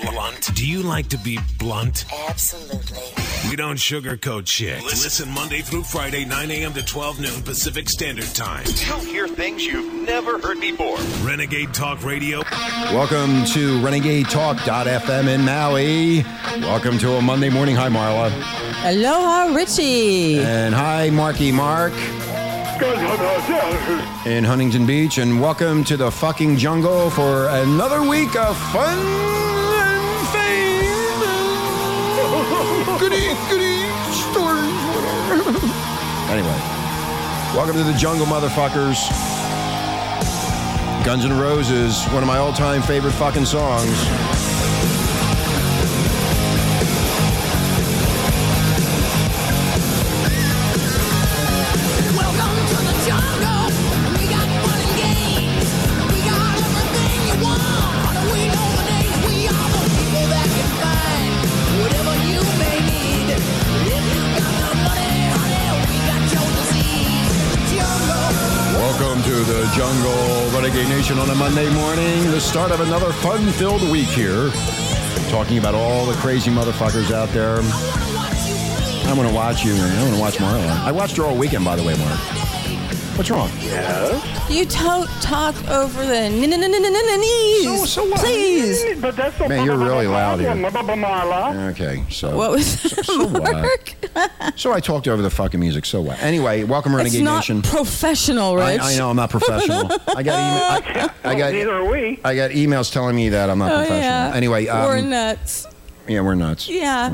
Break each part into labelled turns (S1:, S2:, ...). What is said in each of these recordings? S1: blunt? Do you like to be blunt?
S2: Absolutely.
S1: We don't sugarcoat shit. Listen Monday through Friday, 9 a.m. to 12 noon Pacific Standard Time.
S3: You'll hear things you've never heard before.
S1: Renegade Talk Radio.
S4: Welcome to Renegade Talk.fm in Maui. Welcome to a Monday morning. Hi, Marla.
S5: Aloha, Richie.
S4: And hi, Marky Mark in Huntington Beach. And welcome to the fucking jungle for another week of fun and fame. goody, goody stories, whatever. anyway, welcome to the jungle, motherfuckers. Guns N' Roses, one of my all time favorite fucking songs.
S6: Welcome to the jungle. We got fun and games. We got everything you want. We know the names. We are the people that can find whatever you may need. If you got the money, honey, we got your disease. Jungle.
S4: Welcome to the Jungle Renegade Nation on a Monday morning, the start of another fun filled week here. Talking about all the crazy motherfuckers out there.
S6: I wanna watch you
S4: I
S6: bleed
S4: want to watch you, and I want to watch Marla. I watched her all weekend, by the way, Mark. What's wrong?
S5: You don't talk over the n- n- n- n- n- n- knees.
S4: So- so what?
S5: Please.
S7: But that's
S4: Man, you're really loud here.
S7: Marla.
S4: Okay, so
S5: What was that,
S4: what?
S5: Mark?
S4: so I talked over the fucking music. So what? Anyway, welcome
S5: It's
S4: Renegade
S5: not
S4: Nation.
S5: professional,
S4: I,
S5: Rich.
S4: I know I'm not professional. I got email, I, I
S7: Neither
S4: got
S7: are we.
S4: I got emails telling me that I'm not
S5: Oh,
S4: professional.
S5: yeah.
S4: Anyway, um, Mm.
S5: We're nuts.
S4: yeah, we're nuts.
S5: Yeah.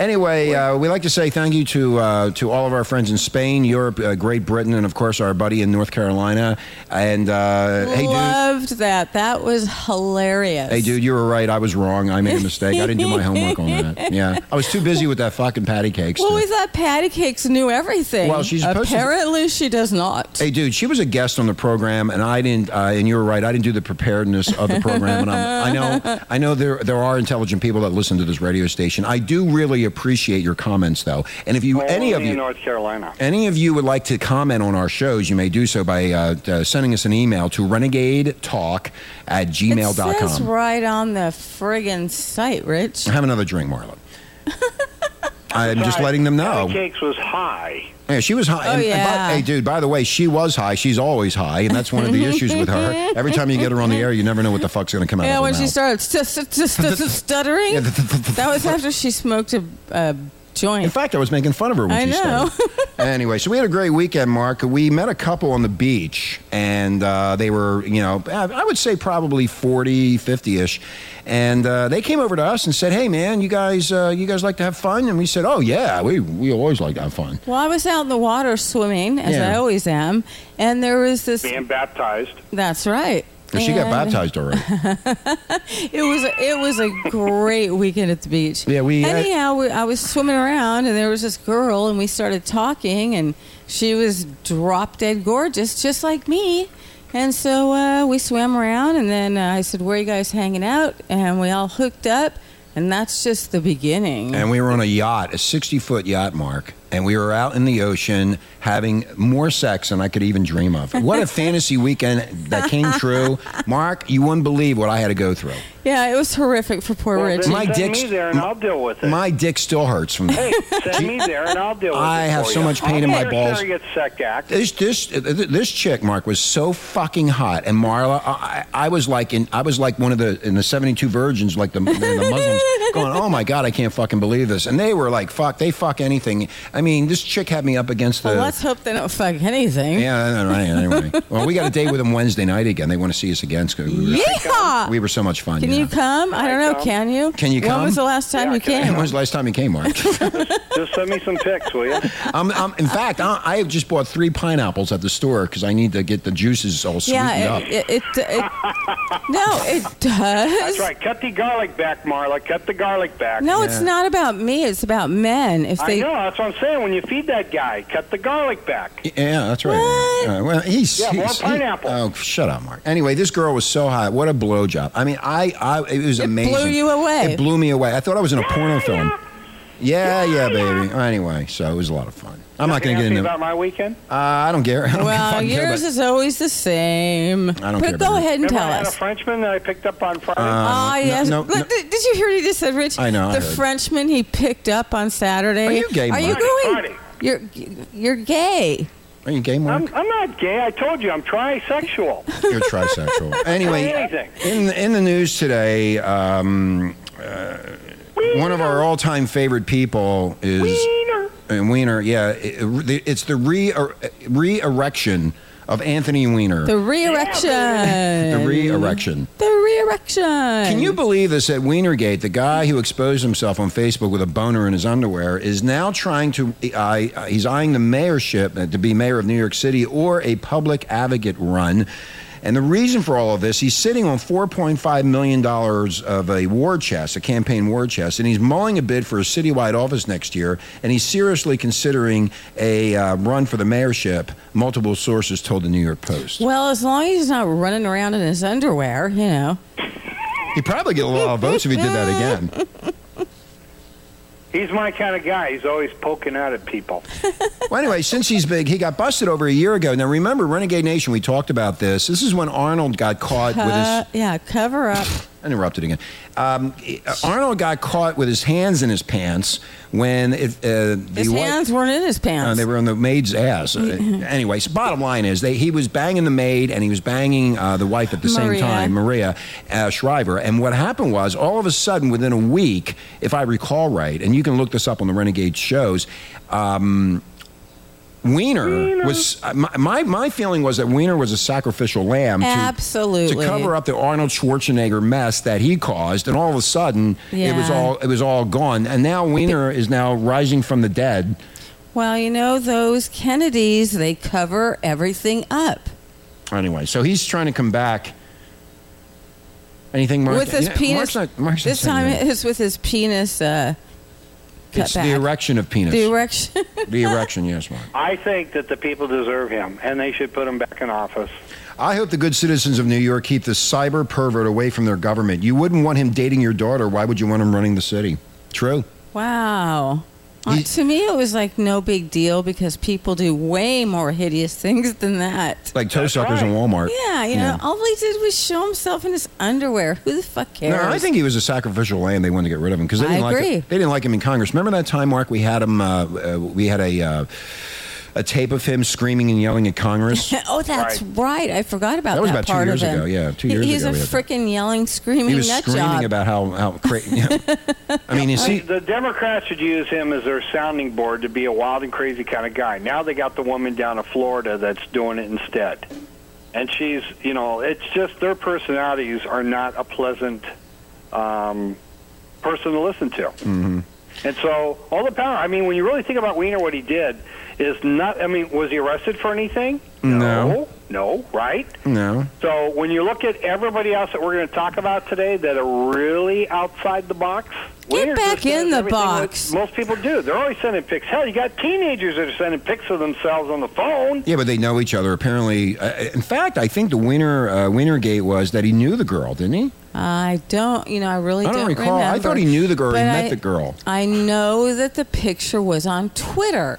S4: Anyway, uh, we'd like to say thank you to uh, to all of our friends in Spain, Europe, uh, Great Britain, and of course our buddy in North Carolina. And uh, hey, dude.
S5: Loved that. That was hilarious.
S4: Hey, dude, you were right. I was wrong. I made a mistake. I didn't do my homework on that. Yeah. I was too busy with that fucking patty cakes.
S5: Well,
S4: to-
S5: we thought Patty Cakes knew everything.
S4: Well, she's supposed to-
S5: apparently she does not.
S4: Hey, dude, she was a guest on the program, and I didn't. Uh, and you were right; I didn't do the preparedness of the program. And I'm, I know, I know there there are intelligent people that listen to this radio station. I do really appreciate your comments, though. And if you, any of
S7: Only in
S4: you,
S7: North Carolina.
S4: any of you would like to comment on our shows, you may do so by uh, uh, sending us an email to renegade talk at
S5: it says
S4: gmail.com.
S5: right on the friggin' site, Rich.
S4: Have another drink, Marla. I'm just
S7: Sorry,
S4: letting them
S7: patty
S4: know.
S7: Cakes was high.
S4: Yeah, she was high.
S5: Oh,
S4: and, and by-
S5: yeah.
S4: hey, dude, by the way, she was high. She's always high, and that's one of the issues with her. Every time you get her on the air, you never know what the fuck's going to come out
S5: Yeah,
S4: of her
S5: when she
S4: mouth.
S5: started st- st- st- st- st- stuttering,
S4: Yeah,
S5: that was after she smoked a, a
S4: In
S5: joint.
S4: fact, I was making fun of her when
S5: I
S4: she
S5: know.
S4: started. anyway, so we had a great weekend, Mark. We met a couple on the beach, and uh, they were, you know, I I would say probably 40, 50 ish. And uh, they came over to us and said, hey, man, you guys, uh, you guys like to have fun? And we said, oh, yeah, we, we always like to have fun.
S5: Well, I was out in the water swimming, as
S4: Yeah.
S5: I always am, and there was this.
S7: Being baptized.
S5: That's right.
S4: 'Cause she got
S5: And
S4: baptized already.
S5: It was it was a great weekend at the beach.
S4: Yeah, we had-
S5: Anyhow, we, I was swimming around, and there was this girl, and we started talking, and she was drop dead gorgeous, just like me. And so uh, we swam around, and then uh, I said, "Where are you guys hanging out?" And we all hooked up, and that's just the beginning.
S4: and we were on a yacht, a 60 foot yacht, Mark, and we were out in the ocean having more sex than I could even dream of. What a fantasy weekend that came true. Mark, you wouldn't believe what I had to go through.
S5: yeah, it was horrific for poor
S7: Well,
S5: Richie.
S7: then
S4: My
S7: send
S4: dick's-
S7: me there and I'll deal with it.
S4: My dick still hurts from that.
S7: hey, send me there and I'll deal with
S4: I
S7: it.
S4: have
S7: for
S4: so
S7: you.
S4: much pain
S7: I'll
S4: in my
S7: take
S4: balls.
S7: care of your sex act.
S4: This, this this chick Mark was so fucking hot, and Marla, I, I was like in I was like one of the in the seventy two virgins, like the, the Muslims, going, oh my god, I can't fucking believe this, and they were like, fuck, they fuck anything. I mean, this chick had me up against the.
S5: well, let's hope they don't fuck anything.
S4: Yeah, I know, right, anyway. well, we got a date with them Wednesday night again. They want to see us again. 'cause We were,
S5: Yeehaw!
S4: we were so much fun.
S5: Can
S4: yeah.
S5: you come? I don't know.
S7: come.
S5: Can you?
S4: Can you
S5: when
S4: come?
S5: When was the last time
S7: Yeah,
S5: you
S7: can
S5: came?
S4: And when's the last time you came, Mark?
S7: Just send me some pics, will you?
S4: um, um, in fact, I, I have just bought three pineapples at the store because I need to get the juices all sweetened
S5: Yeah,
S4: up.
S5: it, it, it, it no, it does.
S7: That's right. Cut the garlic back, Marla. Cut the garlic back.
S5: No, it's not about me. It's about men. If
S7: I
S5: they,
S7: know. That's what I'm saying. When you feed that guy, cut the garlic back.
S4: yeah, that's right.
S5: What?
S4: Uh, well, he's
S7: Yeah, more
S4: he's- he-
S7: pineapple.
S4: oh, shut up, Mark. Anyway, this girl was so hot. What a blowjob! I mean, I, I it was
S5: It blew
S4: amazing.
S5: you away.
S4: It blew me away. I thought I was in a porno film. Yeah, yeah, baby. Anyway, so it was a lot of fun. I'm not going to get
S7: Can you ask me
S4: into.
S7: about my weekend.
S4: Uh, I don't care. I don't
S5: Well,
S4: fucking care
S5: yours
S4: about-
S5: is always the same.
S4: I don't
S5: but
S4: care
S5: go
S4: about it. Uh,
S5: ahead and
S7: Remember
S5: tell
S7: I had a
S5: us.
S7: Frenchman that I picked up on Friday.
S5: Ah,
S4: no,
S5: yes.
S4: no,
S5: Look,
S4: no.
S5: Did did you hear what he just said, Rich?
S4: I know, I
S5: The
S4: heard.
S5: Frenchman he picked up on Saturday.
S4: Are you gay,
S5: Are you
S4: Mark?
S5: going?
S7: Friday.
S5: You're you're gay.
S4: Are you gay, Mark?
S7: I'm, I'm not gay. I told you I'm trisexual.
S4: You're trisexual. anyway,
S7: Amazing.
S4: in in the news today, um, uh, one of our all-time favorite people is
S7: Wiener.
S4: and Wiener. Yeah, it- it's the re er, re-erection of Anthony Wiener.
S5: The re-erection.
S4: the re-erection.
S5: The re-erection. Can
S4: Can you believe this? At Wienergate, the guy who exposed himself on Facebook with a boner in his underwear is now trying to. uh, I he's eyeing the mayorship uh, to be mayor of New York City or a public advocate run. And the reason for all of this, he's sitting on $4.5 million of a war chest, a campaign war chest, and he's mulling a bid for a citywide office next year, and he's seriously considering a uh, run for the mayorship, multiple sources told the New York Post.
S5: Well, as long as he's not running around in his underwear, you know.
S4: He'd probably get a lot of votes if he did that again.
S7: He's my kind of guy. He's always poking out at people.
S4: Well, anyway, since he's big, he got busted over a year ago. Now, remember, Renegade Nation, we talked about this. This is when Arnold got caught with
S5: Uh,
S4: his.
S5: yeah, cover up.
S4: Interrupted again. Um, Arnold got caught with his hands in his pants when it, uh, the
S5: His
S4: white-
S5: hands weren't in his pants.
S4: uh, they were on the maid's ass. Uh, Anyways, bottom line is they, he was banging the maid and he was banging uh, the wife at the same
S5: Maria.
S4: time, Maria uh, Shriver. And what happened was, all of a sudden, within a week, if I recall right, and you can look this up on the Renegade shows, um, Wiener, was uh, my, my my feeling was that Wiener was a sacrificial lamb to-
S5: Absolutely.
S4: to cover up the Arnold Schwarzenegger mess that he caused, and all of a sudden it was
S5: Yeah.
S4: all it was all gone. And now Wiener is now rising from the dead.
S5: Well, you know, those Kennedys, they cover everything up.
S4: Anyway, so he's trying to come back. Anything, Mark?
S5: with his
S4: Yeah, Mark's
S5: penis.
S4: not- Mark's not
S5: this
S4: saying
S5: time
S4: that.
S5: it's with his penis uh, cut
S4: it's
S5: back.
S4: the erection of penis.
S5: The erection.
S4: The erection, yes, Mark.
S7: I think that the people deserve him, and they should put him back in office.
S4: I hope the good citizens of New York keep the cyber pervert away from their government. You wouldn't want him dating your daughter. Why would you want him running the city? True.
S5: wow. Uh,
S4: He-
S5: to me, it was like no big deal because people do way more hideous things than that.
S4: Like toe suckers in
S7: right.
S4: Walmart.
S5: Yeah, you know, all he did was show himself in his underwear. Who the fuck cares?
S4: No, I think he was a sacrificial lamb. They wanted to get rid of him because they
S5: I
S4: didn't like
S5: agree.
S4: Him. they didn't like him in Congress. Remember that time, Mark? We had him. Uh, uh, we had a uh, a tape of him screaming and yelling at Congress.
S5: Oh, that's right. I forgot about
S4: That
S5: that,
S4: was about two
S5: part
S4: years
S5: of him.
S4: ago, yeah, two years
S5: he, he's
S4: ago we
S5: a
S4: had that.
S5: freaking yelling, screaming
S4: he was
S5: nut
S4: screaming
S5: job.
S4: about how how crazy. I mean, you see,
S7: The Democrats should use him as their sounding board to be a wild and crazy kind of guy. Now they got the woman down in Florida that's doing it instead. And she's, you know, it's just their personalities are not a pleasant um, person to listen to. Mm-hmm. And so all the power, I mean, when you really think about Wiener, what he did is not, I mean, was he arrested for anything?
S4: No.
S7: No, right?
S4: no.
S7: So when you look at everybody else that we're going to talk about today that are really outside the box,
S5: Get
S7: Wiener
S5: back
S7: just does
S5: in the
S7: everything that
S5: box.
S7: Most people do. They're always sending pics. Hell, you got teenagers that are sending pics of themselves on the phone.
S4: Yeah, but they know each other. Apparently, uh, in fact, I think the winner uh, winner gate was that he knew the girl, didn't he?
S5: I don't, you know, I really
S4: I don't recall.
S5: remember.
S4: I thought he knew the girl. he
S5: But
S4: met
S5: I-
S4: the girl.
S5: I know that the picture was on Twitter.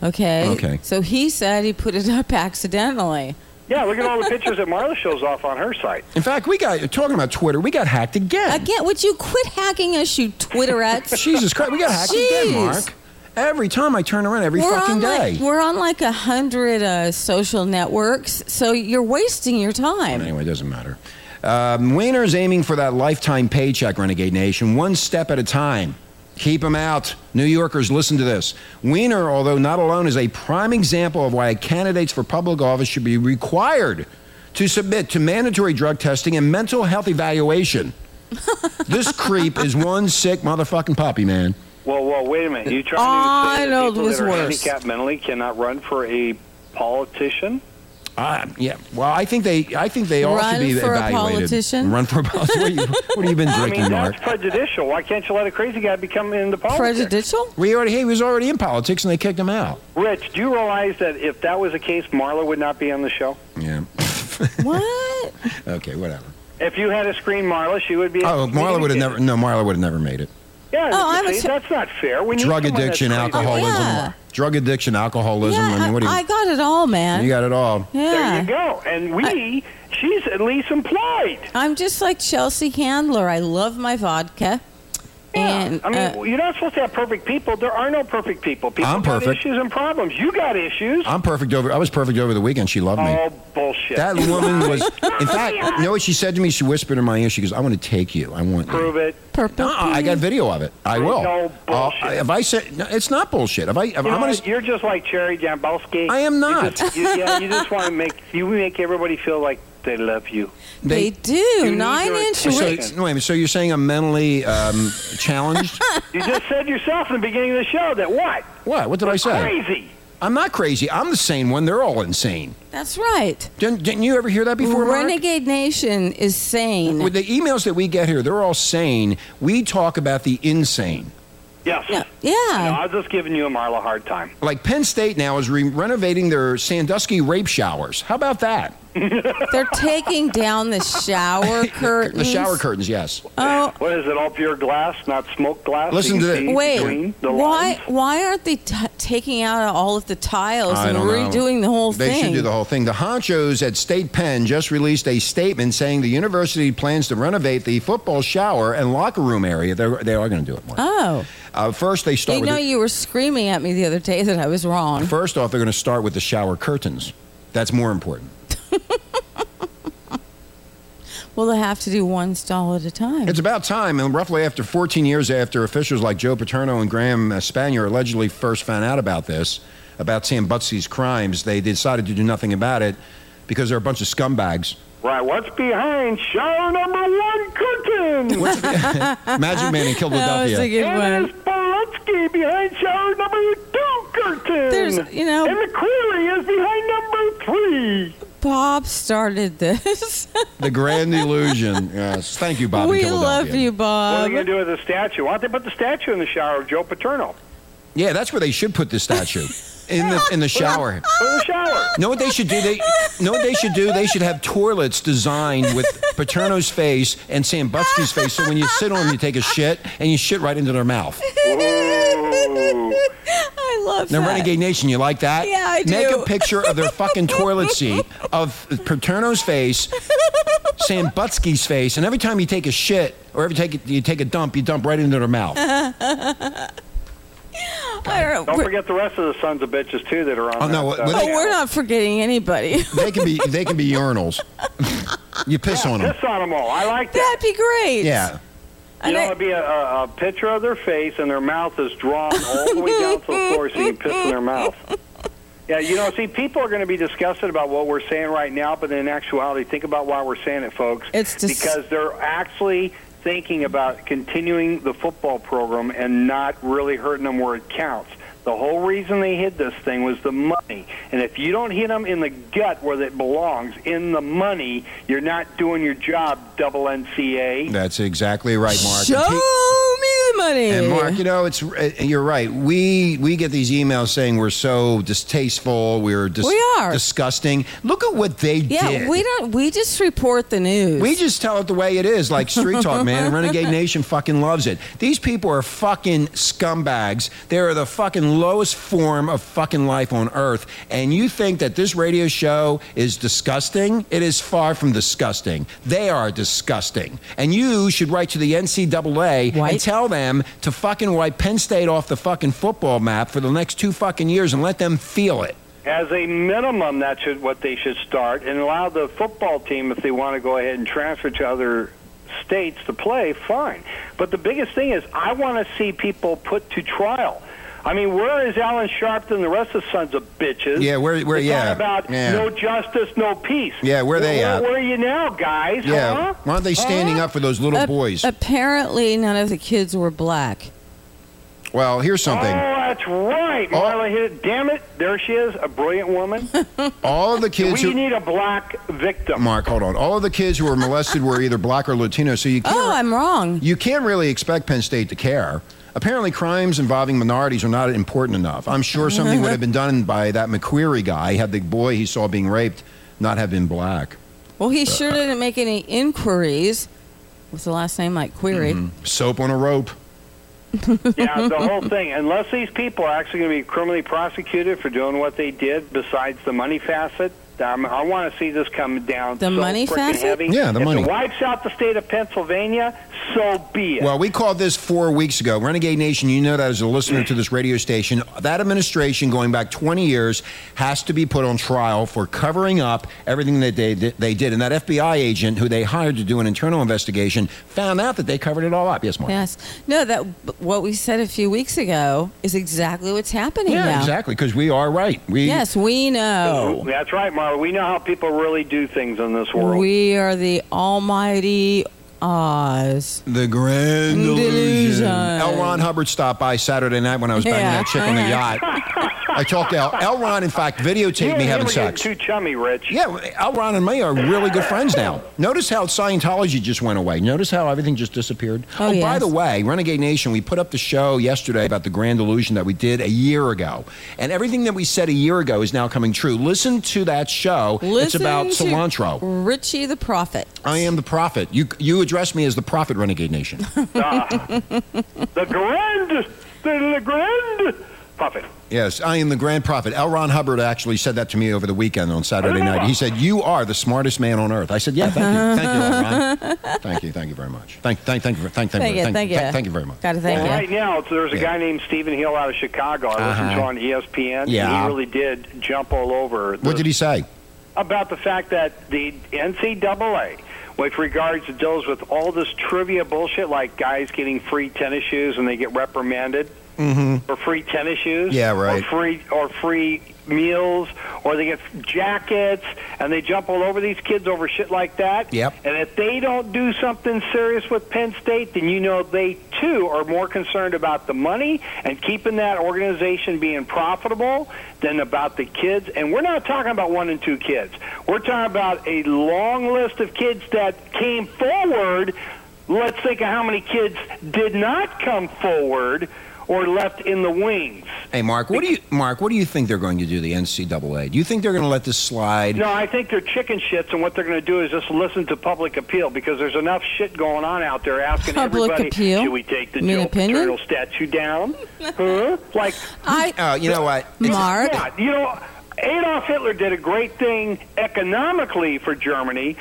S5: Okay.
S4: Okay.
S5: So he said he put it up accidentally.
S7: Yeah, look at all the pictures that Marla shows off on her site.
S4: In fact, we got talking about Twitter. We got hacked again.
S5: Again, would you quit hacking us, you Twitterettes?
S4: Jesus Christ, we got hacked again,
S5: Jeez.
S4: Mark. Every time I turn around, every fucking
S5: on
S4: day.
S5: like we're on like a hundred uh, social networks, so you're wasting your time.
S4: Anyway, it doesn't matter. Um, Wiener's aiming for that lifetime paycheck, Renegade Nation, one step at a time. Keep him out. New Yorkers, listen to this. Wiener, although not alone, is a prime example of why candidates for public office should be required to submit to mandatory drug testing and mental health evaluation. this creep is one sick motherfucking puppy, man.
S7: Well, well, wait a minute. You trying to say that
S5: Arnold
S7: people
S5: was
S7: that are
S5: worse.
S7: handicapped mentally cannot run for a politician?
S4: Uh, yeah. Well, I think they. I think they all should
S5: Run
S4: be
S5: for a
S4: evaluated.
S5: politician?
S4: Run for a politician. what, are you, what have you been
S7: I
S4: drinking,
S7: mean,
S4: Mark?
S7: that's prejudicial. Why can't you let a crazy guy become in the politics?
S5: Prejudicial?
S4: We already. He was already in politics, and they kicked him out.
S7: Rich, do you realize that if that was the case, Marla would not be on the show?
S4: Yeah.
S5: what?
S4: Okay. Whatever.
S7: If you had a screen, Marla, she would be.
S4: Oh, Marla would have never. No, Marla would have never made it.
S7: Yeah,
S5: Oh, I
S7: see,
S5: was-
S7: that's not fair. We need
S4: Drug
S7: someone that's
S4: addiction,
S7: crazy.
S4: alcoholism,
S5: Yeah.
S4: drug addiction, alcoholism.
S5: yeah,
S4: I mean, what do you?
S5: I, got it all, man.
S4: you got it all.
S5: yeah. Uh,
S7: There you go. And we, she's at least employed.
S5: I'm just like Chelsea Handler. I love my vodka.
S7: Yeah.
S5: And
S7: I mean,
S5: uh,
S7: you're not supposed to have perfect people. There are no perfect people. People
S4: I'm
S7: got
S4: perfect.
S7: issues and problems. You got issues.
S4: I'm perfect over. I was perfect over the weekend. She loved me.
S7: oh, bullshit.
S4: That woman was. In fact, you know what she said to me? She whispered in my ear. She goes, "I want to take you. I want." You.
S7: Prove it.
S5: purple.
S4: No, I got video of it. I will.
S7: No
S4: I'll-
S7: bullshit.
S4: I- if I said no, it's not bullshit. If I, if
S7: You
S4: I'm
S7: know
S4: gonna,
S7: what? You're just like Cherry Jambowski.
S4: I am
S7: You
S4: not.
S7: just- you- yeah, you just want to make you make everybody feel like they love you.
S4: they-
S5: they, do.
S7: need
S5: Nine
S7: your
S5: inch
S4: so,
S7: attention.
S5: wigs.
S7: wait.
S4: no, wait a minute. So you're saying I'm mentally um, challenged?
S7: You just said yourself in the beginning of the show that what?
S4: what? What did I say?
S7: Crazy.
S4: I'm not crazy. I'm the sane one. They're all insane.
S5: That's right.
S4: Didn't, didn't you ever hear that before, Mark?
S5: Renegade Nation is sane.
S4: With the emails that we get here, they're all sane. We talk about the insane.
S7: Yes.
S5: No,
S7: No,
S5: yeah.
S7: I was just giving you and Marla a hard time.
S4: Like Penn State now is re- renovating their Sandusky rape showers. How about that?
S5: They're taking down the shower curtains.
S4: The shower curtains, yes.
S5: Oh,
S7: What is it? All pure glass, not smoked glass.
S4: Listen
S7: You
S4: to
S7: can
S4: the-
S7: see
S5: Wait,
S7: between the
S5: why
S7: lines?
S5: why aren't they t- taking out all of the tiles
S4: I
S5: and
S4: don't know.
S5: Oh, redoing the whole
S4: they
S5: thing?
S4: should do the whole thing. The honchos at State Penn just released a statement saying the university plans to renovate the football shower and locker room area. They're, they are going to do it. Mark.
S5: oh,
S4: Uh, first, they start
S5: you
S4: with
S5: know,
S4: the-
S5: you were screaming at me the other day that I was wrong.
S4: First off, they're going to start with the shower curtains. That's more important.
S5: Well, they have to do one stall at a time.
S4: It's about time, and roughly after 14 years after officials like Joe Paterno and Graham uh, Spanier allegedly first found out about this, about Sam Butsey's crimes, they decided to do nothing about it because they're a bunch of scumbags.
S7: Right. What's behind shower number one curtain?
S4: What's- Magic Man in
S5: that was
S4: Philadelphia.
S5: a good
S7: And
S5: one.
S7: it's Bolansky behind shower number two curtain.
S5: There's- you know-
S7: And McCreary is behind number three.
S5: Bob started this.
S4: the grand illusion. Yes. Thank you, Bob. in
S5: we
S4: Philadelphia.
S5: love you,
S7: What are
S5: Bob.
S7: they going to do with the statue? Why don't they put the statue in the shower of Joe Paterno?
S4: Yeah, that's where they should put the statue in the in the shower.
S7: Put it in the shower.
S4: Know what they should do? They know what they should do. They should have toilets designed with Paterno's face and Sam Butsky's face. So when you sit on them, you take a shit and you shit right into their mouth.
S5: I love
S4: Now,
S5: that.
S4: Renegade Nation, you like that?
S5: Yeah, I
S4: Make
S5: do.
S4: a picture of their fucking toilet seat of Paterno's face, Sam Butsky's face, and every time you take a shit or every take you take a dump, you dump right into their mouth.
S5: Uh-huh. I don't know.
S7: Don't
S5: We're-
S7: forget the rest of the sons of bitches too that are on.
S4: Oh, no,
S7: that,
S4: what-
S5: oh,
S4: what
S5: we're not forgetting anybody.
S4: They can be they can be urinals. you piss on them.
S7: Piss on them all. I like that.
S5: That'd be great.
S4: Yeah.
S7: You
S5: And
S7: know,
S5: I-
S7: it'd be a, a, a picture of their face, and their mouth is drawn all the way down to the floor, so you can piss in their mouth. Yeah, you know, see, people are going to be disgusted about what we're saying right now, but in actuality, think about why we're saying it, folks.
S5: It's dis-
S7: because they're actually thinking about continuing the football program and not really hurting them where it counts. The whole reason they hid this thing was the money. And if you don't hit them in the gut where it belongs, in the money, you're not doing your job, double NCA.
S4: That's exactly right, Mark.
S5: show
S4: And pe-
S5: me the money.
S4: And Mark, you know, it's uh, you're right. We we get these emails saying we're so distasteful, we're dis-
S5: We are.
S4: disgusting. Look at what they
S5: yeah,
S4: did.
S5: we don't. We just report the news.
S4: We just tell it the way it is, like Street Talk, man. And Renegade Nation fucking loves it. These people are fucking scumbags. They are the fucking lowest form of fucking life on earth. And you think that this radio show is disgusting? It is far from disgusting. They are disgusting. And you should write to the NCAA
S5: Wipe.
S4: and tell them to fucking wipe Penn State off the fucking football map for the next two fucking years and let them feel it.
S7: As a minimum, that's should, what they should start and allow the football team, if they want to go ahead and transfer to other states to play, fine. But the biggest thing is, I want to see people put to trial. I mean, where is Alan Sharpton and the rest of the sons of bitches?
S4: Yeah, where- where-
S7: They're
S4: yeah,
S7: talking about
S4: yeah.
S7: no justice, no peace.
S4: Yeah, where they
S7: where,
S4: at?
S7: Where are you now, guys?
S4: Yeah.
S7: Huh?
S4: Why aren't they standing
S7: Huh?
S4: up for those little
S5: Ap-
S4: boys?
S5: Apparently, none of the kids were black.
S4: well, here's something.
S7: Oh, that's right.
S4: Oh.
S7: Marla hit it. Damn it. There she is, a brilliant woman.
S4: All of the kids
S7: we
S4: who
S7: need a black victim.
S4: Mark, hold on. All of the kids who were molested were either black or Latino, so you can't,
S5: Oh, I'm wrong.
S4: you can't really expect Penn State to care. Apparently, crimes involving minorities are not important enough. I'm sure something would have been done by that McQuarrie guy had the boy he saw being raped not have been black.
S5: Well, he sure didn't
S4: Mm-hmm.
S5: make any inquiries. What's the last name like? Query.
S4: Soap on a rope.
S7: yeah, the whole thing. Unless these people are actually going to be criminally prosecuted for doing what they did, besides the money facet, um, I want to see this come down.
S5: The
S7: so
S5: money
S7: frickin'
S5: facet?
S7: Heavy.
S4: Yeah, the
S7: if
S4: money.
S7: It wipes out the state of Pennsylvania. So be it.
S4: Well, we called this four weeks ago. Renegade Nation, you know that as a listener to this radio station, that administration going back 20 years has to be put on trial for covering up everything that they, they did. And that FBI agent who they hired to do an internal investigation found out that they covered it all up. Yes, Mark.
S5: Yes. No, that what we said a few weeks ago is exactly what's happening
S4: Yeah,
S5: now.
S4: exactly, because we are right. We,
S5: Yes, we know.
S7: That's right, Marla. We know how people really do things in this world.
S5: We are the almighty Oz.
S4: The grand
S5: Delusion.
S4: L. Ron Hubbard stopped by Saturday night when I was banging
S5: Yeah.
S4: that chick on the yacht. I talked to L. L. Ron, in fact,
S7: You
S4: videotaped
S7: and
S4: me
S7: him
S4: having
S7: are getting
S4: sex.
S7: Too chummy, Rich.
S4: Yeah, L. Ron and me are really good friends now. Notice how Scientology just went away. Notice how everything just disappeared.
S5: Oh,
S4: by
S5: yes.
S4: the way, Renegade Nation, we put up the show yesterday about the grand illusion that we did a year ago, and everything that we said a year ago is now coming true. Listen to that show. it's
S5: Listen
S4: about
S5: to
S4: cilantro.
S5: Richie the Prophet.
S4: I am the prophet. You you address me as the prophet, Renegade Nation.
S7: Ah. the grand, the grand puppet.
S4: Yes, I am the grand prophet. L. Ron Hubbard actually said that to me over the weekend on Saturday night. He said, "You are the smartest man on earth." I said, "Yeah, thank you, thank you, L. Ron. thank you, thank you very much. Thank, thank, thank you, for- thank, thank,
S5: Thank you,
S4: thank,
S5: thank you.
S4: thank, thank you very much."
S5: Gotta thank
S7: Well,
S5: Yeah.
S7: right now, it's, there's a
S4: Yeah.
S7: guy named Stephen Hill out of Chicago. I listened to
S4: Uh-huh.
S7: on E ESPN. and
S4: Yeah.
S7: He really did jump all over.
S4: What did he say?
S7: About the fact that the NCAA, with regards to deals with all this trivia bullshit, like guys getting free tennis shoes and they get reprimanded for free tennis shoes.
S4: Mm-hmm. Yeah, right.
S7: Or free, or free meals, or they get jackets, and they jump all over these kids over shit like that.
S4: Yep.
S7: And if they don't do something serious with Penn State, then you know they too are more concerned about the money and keeping that organization being profitable than about the kids. And we're not talking about one and two kids. We're talking about a long list of kids that came forward. Let's think of how many kids did not come forward or left in the wings.
S4: Hey, Mark, what do you, Mark, what do you think they're going to do? The NCAA? Do you think they're going to let this slide?
S7: No, I think they're chicken shits, and what they're going to do is just listen to public appeal because there's enough shit going on out there asking
S5: Public
S7: everybody,
S5: appeal?
S7: should we take the
S5: You mean
S7: Joe
S5: opinion?
S7: Paterno statue down? huh? Like,
S5: I
S4: Oh, you know what?
S5: Mark.
S7: yeah, you know, Adolf Hitler did a great thing economically for Germany.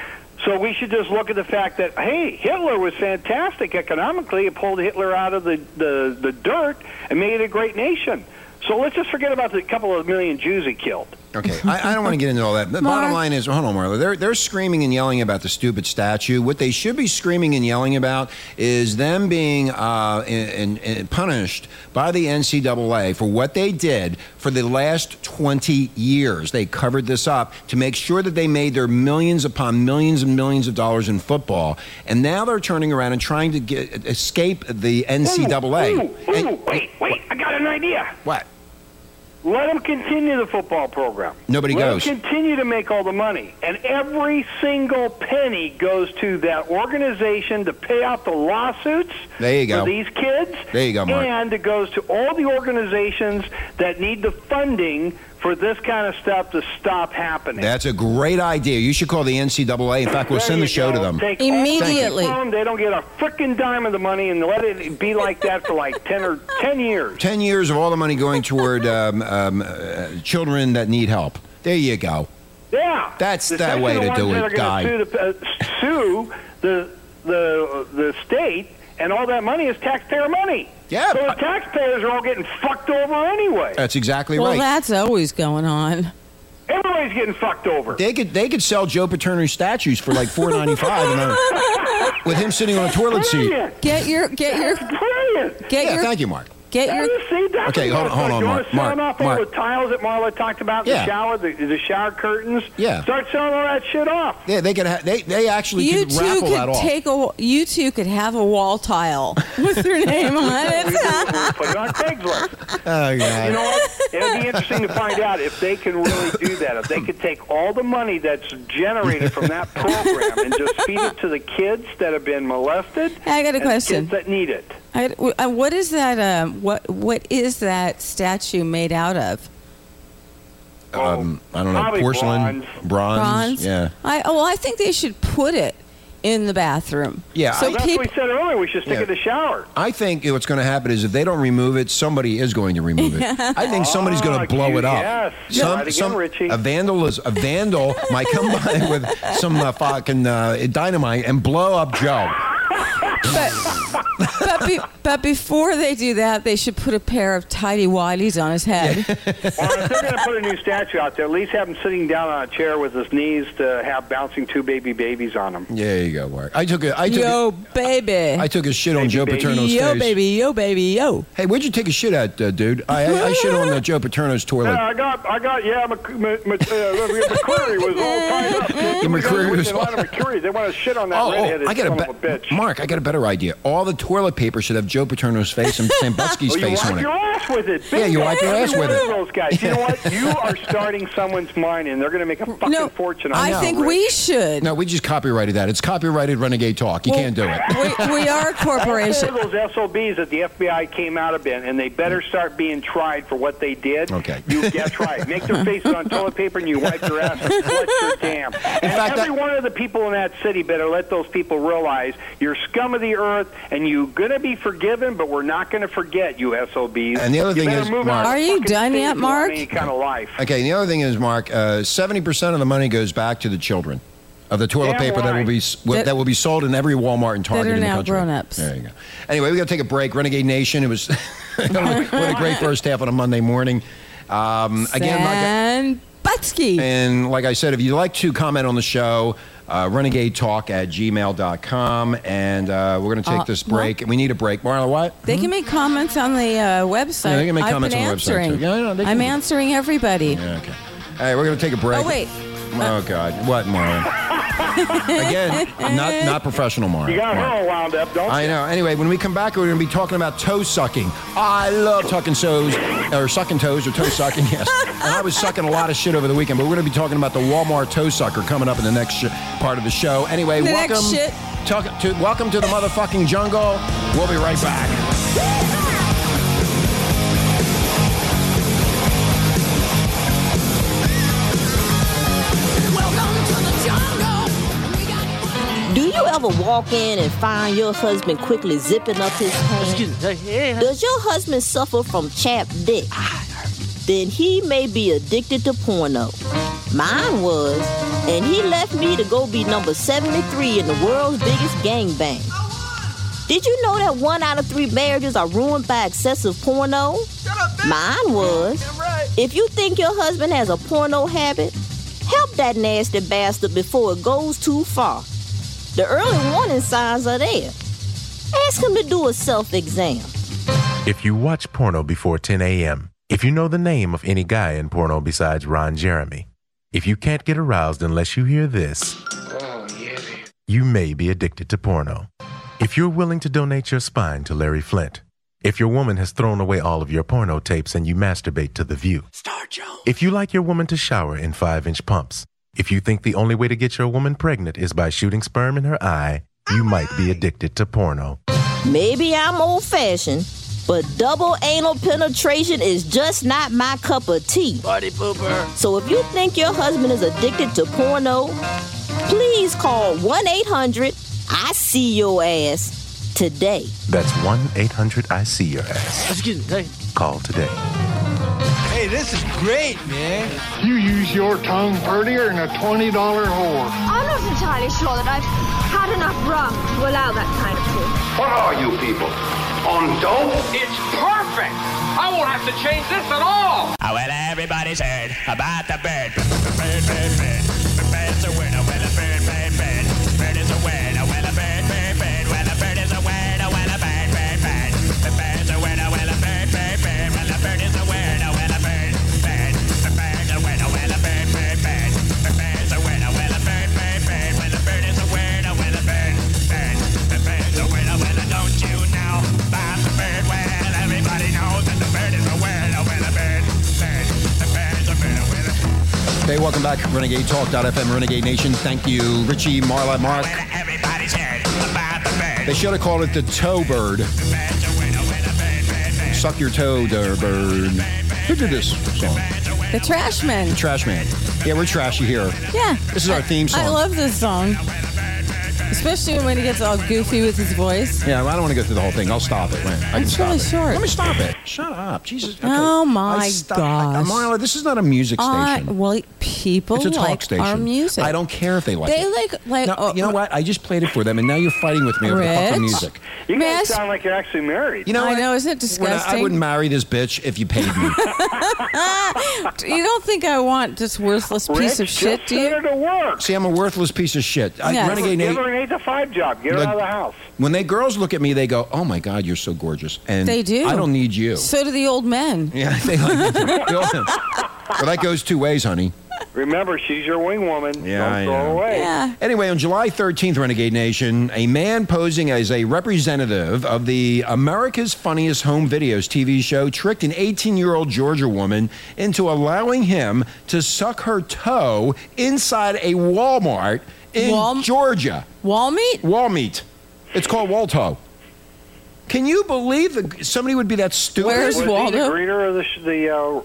S7: So we should just look at the fact that hey, Hitler was fantastic economically. It pulled Hitler out of the, the, the dirt and made it a great nation. So let's just forget about the couple of million Jews he killed.
S4: Okay, I, I don't want to get into all that. The bottom line is, hold on, Marla. They're they're screaming and yelling about the stupid statue. What they should be screaming and yelling about is them being uh, in, in, in- punished by the NCAA for what they did for the last 20 years. They covered this up to make sure that they made their millions upon millions and millions of dollars in football, and now they're turning around and trying to get, escape the NCAA.
S7: Ooh, ooh,
S4: And-
S7: ooh, wait, wait! I got an idea.
S4: what?
S7: Let them continue the football program.
S4: Nobody
S7: Let 'em
S4: goes.
S7: continue to make all the money, and every single penny goes to that organization to pay out the lawsuits.
S4: There you go.
S7: For these kids.
S4: There you go, Mark.
S7: And it goes to all the organizations that need the funding for this kind of stuff to stop happening.
S4: That's a great idea. You should call the NCAA. In fact, we'll
S7: There
S4: send
S7: you
S4: the show
S7: go.
S4: to them.
S7: Take
S5: Immediately.
S7: all the money from 'em. They don't get a frickin' dime of the money, and let it be like that for like ten or ten years.
S4: 10 years of all the money going toward um, um, uh, children that need help. There you go.
S7: Yeah,
S4: That's the
S7: Especially
S4: way to
S7: the ones
S4: do
S7: that
S4: it,
S7: are
S4: guy.
S7: gonna Sue the, uh, sue the the the state, and all that money is taxpayer money.
S4: Yeah, Uh,
S7: so the
S4: but-
S7: taxpayers are all getting fucked over anyway.
S4: That's exactly
S5: Well,
S4: right.
S5: that's always going on.
S7: Everybody's getting fucked over.
S4: they could they could sell Joe Paterno statues for like four ninety five, and uh, with him sitting on a toilet seat.
S7: Brilliant.
S5: Get your get your
S7: Brilliant.
S5: get
S4: Yeah,
S5: your
S4: thank you, Mark.
S5: get
S7: Have
S5: your
S7: you seen that?
S4: Okay, hold on- hold on,
S7: You
S4: Mark.
S7: want to selling
S4: Mark,
S7: off all
S4: Mark.
S7: the tiles that Marla talked about in
S4: Yeah.
S7: the shower, the, the shower curtains?
S4: Yeah.
S7: Start selling all that shit off.
S4: Yeah, they could. Ha- they they actually
S5: you
S4: could
S5: two
S4: raffle that
S5: could
S4: off.
S5: take a you two could have a wall tile with your name on it.
S7: Put it on Craigslist.
S4: oh
S7: You know
S4: God.
S7: what? It'll be interesting to find out if they can really do that. If they could take all the money that's generated from that program and just feed it to the kids that have been molested.
S5: I got a
S7: and the
S5: question.
S7: kids that need it.
S5: I, uh, what is that? Um, what what is that statue made out of?
S4: Um, I don't know.
S7: Probably
S4: Porcelain,
S7: bronze.
S4: bronze. Yeah.
S5: I oh, well, I think they should put it in the bathroom.
S4: Yeah,
S5: So
S4: I-
S7: That's
S5: people,
S7: what we said earlier. We should stick
S4: Yeah.
S7: in the shower.
S4: I think what's going to happen is if they don't remove it, somebody is going to remove it. I think somebody's going
S7: Ah,
S4: to blow
S7: you-
S4: it up.
S7: yes. Try it again, Richie.
S4: A vandal is a vandal might come by with some uh, fucking uh, dynamite and blow up Joe.
S5: but, but, be, but before they do that, they should put a pair of tidy whities on his head.
S7: Or if they're going to put a new statue out there, at least have him sitting down on a chair with his knees to have bouncing two baby babies on him.
S4: There you go, Mark. I took a, I took a,
S5: Yo, baby.
S4: I took a shit on
S7: Baby,
S4: Joe
S7: baby.
S4: Paterno's
S5: yo,
S4: face.
S5: baby. Yo, baby. Yo.
S4: Hey, where'd you take a shit at, uh, dude? I, I, I shit on uh, Joe Paterno's toilet.
S7: Yeah, I got, I got, yeah, Mc, Mc, Mc, uh, McCreary was all tied up.
S4: Yeah, McCreary was
S7: They wanted McCreary. They want to shit on that
S4: Oh,
S7: redheaded
S4: oh, I got a,
S7: son
S4: be-
S7: of a bitch.
S4: Mark. I got a better idea. All the toilet paper should have Joe Paterno's face and Sambutsky's
S7: Oh, you
S4: face
S7: wipe
S4: on it.
S7: your ass with it.
S4: Yeah, you wipe your ass
S7: Every
S4: with
S7: one
S4: it.
S7: of Those guys. You know what? You are starting someone's mind, and they're going to make a fucking
S5: no,
S7: fortune. on
S5: I
S7: that,
S5: think
S7: Rick.
S5: we should.
S4: No, we just copyrighted that. It's copyrighted renegade talk. You
S5: Well,
S4: can't do it.
S5: We, we are a corporation.
S7: All those SOBs that the FBI came out of been, and they better start being tried for what they did.
S4: Okay.
S7: You guess right. Make their faces on toilet paper and you wipe your ass and collect your damn. and
S4: fact, I-
S7: every one of the people in that city better let those people realize you're scum of the earth and you're going to be forgiven, but we're not going to forget you SOBs.
S4: And the other
S7: You
S4: thing
S7: better
S4: is,
S7: move
S4: Mark-
S7: out of
S5: Are you
S7: fucking
S5: done
S7: state
S5: yet,
S7: if you want
S5: Mark?
S7: Any kind of life.
S4: Okay, and the other thing is, Mark, uh, seventy percent of the money goes back to the children of the toilet
S7: Damn
S4: paper that will
S7: right.
S4: be s- will- that,
S5: That-
S4: will be sold in every Walmart and Target
S5: are
S4: in the
S5: now
S4: country.
S5: grown-ups.
S4: There you go. Anyway, we got to take a break. Renegade Nation. It was what a great first half on a Monday morning. Um, again, like I-
S5: San Butsky.
S4: and like I said, if you'd like to comment on the show, uh, renegade talk at gmail.com. And uh, we're going to take
S5: Uh,
S4: this break. We need a break. Marla, what?
S5: They can make comments on the uh, website.
S4: Yeah, they can make
S5: I've
S4: comments
S5: been
S4: on the website, too.
S5: answering.
S4: Yeah, I know, they
S5: I'm
S4: can.
S5: answering everybody.
S4: Yeah, okay. All right, we're going to take a break.
S5: Oh, wait.
S4: Oh, God. What, Marla? Again, not, not professional, Marla.
S7: You got her
S4: Marla.
S7: all wound up, don't
S4: I
S7: you?
S4: know. Anyway, when we come back, we're going to be talking about toe sucking. I love tucking toes, or sucking toes, or toe sucking. Yes, and I was sucking a lot of shit over the weekend. But we're going to be talking about the Walmart toe sucker coming up in the next sh- part of the show. Anyway,
S5: The next
S4: welcome
S5: shit.
S4: tuck- to welcome to the motherfucking jungle. We'll be right back.
S6: Welcome to the jungle. We got fun and
S2: Do you ever walk in and find your husband quickly zipping up his pants? Does your husband suffer from chapped dick? Then he may be addicted to porno. Mine was, and he left me to go be number 73 in the world's biggest gangbang. Did you know that one out of three marriages are ruined by excessive porno? Mine was. If you think your husband has a porno habit, help that nasty bastard before it goes too far. The early warning signs are there. Ask him to do a self exam.
S8: If you watch porno before 10 a.m., if you know the name of any guy in porno besides Ron Jeremy, if you can't get aroused unless you hear this, you may be addicted to porno. If you're willing to donate your spine to Larry Flint, if your woman has thrown away all of your porno tapes and you masturbate to the view, if you like your woman to shower in five inch pumps, if you think the only way to get your woman pregnant is by shooting sperm in her eye, you might be addicted to porno.
S2: Maybe I'm old fashioned, but double anal penetration is just not my cup of tea. Party pooper. So if you think your husband is addicted to porno, please call 1 800 I See Your Ass today.
S8: That's 1 800 I See Your Ass. Call today.
S9: Hey, this is great, man.
S10: You use your tongue prettier than a $20 whore.
S11: I'm not entirely sure that I've had enough rum to allow that kind of thing.
S3: What are you people? On dope? It's perfect! I won't have to change this at all!
S9: Well, everybody's heard about the bird. Bird, bird, bird. Bird is a word. Oh, well, a bird, bird, bird. Bird is a word. Oh, well, a bird, bird, bird. Well, a bird is a word. Oh, well, a bird, bird, bird. The bird is a word. Oh, well, a bird, bird, bird. Well, a bird is a word. Oh, well, a bird, bird. The bird is a word. Oh, well, a bird, bird, bird. The bird is a word. Oh, well, a bird, bird, bird. Well, a bird is a word. Oh, well, a bird, bird. The bird is a word. Oh, well, don't you know about the bird? Well, everybody knows that the bird is a word. Oh, well, a bird, bird. The bird is a word. Oh, well, a
S4: Hey, welcome back, Renegade Talk.fm, Renegade Nation. Thank you, Richie, Marla, Mark.
S9: Everybody's heard about the
S4: They
S9: bird.
S4: should have called it the toe bird.
S9: Bird's a winner, winner, bird, bird, bird.
S4: Suck your toe, der bird. Who did this song?
S5: The Trashmen.
S4: Trash Man. Yeah, we're trashy here.
S5: Yeah.
S4: This is our theme song.
S5: I love this song. especially when he gets all goofy with his voice.
S4: Yeah, well, I don't want to go through the whole thing. I'll stop it. Lynn. I can
S5: It's
S4: stop
S5: really
S4: it.
S5: short.
S4: Let me stop it. Shut up. Jesus. Okay.
S5: Oh
S4: I
S5: my
S4: stop- I-
S5: gosh!
S4: Marla, this is not a music
S5: I-
S4: station.
S5: well, people
S4: it's a talk
S5: like
S4: station.
S5: our music.
S4: I don't care if they like
S5: They
S4: it.
S5: like like
S4: No,
S5: oh,
S4: you know what? I just played it for them, and now you're fighting with me over the fucking
S5: Rich?
S4: music.
S7: You guys
S5: Miss-
S7: sound like you're actually married.
S4: You know
S5: I
S4: what?
S5: know, isn't
S4: We're
S5: it
S4: not-
S5: disgusting?
S4: I wouldn't marry this bitch if you paid me.
S5: uh, you don't think I want this worthless
S7: Rich,
S5: piece of
S7: just
S5: shit, do
S7: send
S5: you?
S7: her to work.
S4: See, I'm a worthless piece of shit. I,
S5: Yes.
S4: Renegade
S7: Give
S4: Nate.
S7: her an eight to five job. Get her
S4: Look-
S7: out of the house.
S4: When they girls look at me, they go, "Oh my God, you're so gorgeous," and
S5: They do.
S4: I don't need you.
S5: So do the old men.
S4: yeah, they like. they all- well, that goes two ways, honey.
S7: Remember, she's your wing woman.
S4: Yeah,
S7: Don't
S4: I
S7: throw her
S4: know.
S7: away.
S5: Yeah.
S4: Anyway, on July 13th, Renegade Nation, a man posing as a representative of the America's Funniest Home Videos TV show tricked an 18 year old Georgia woman into allowing him to suck her toe inside a Walmart in
S5: Wal-
S4: Georgia.
S5: Wall meat?
S4: Walmeat. It's called Walto. Can you believe that somebody would be that stupid?
S5: Where's
S7: Was he
S5: Waldo?
S7: the greeter or the sh- the? Uh,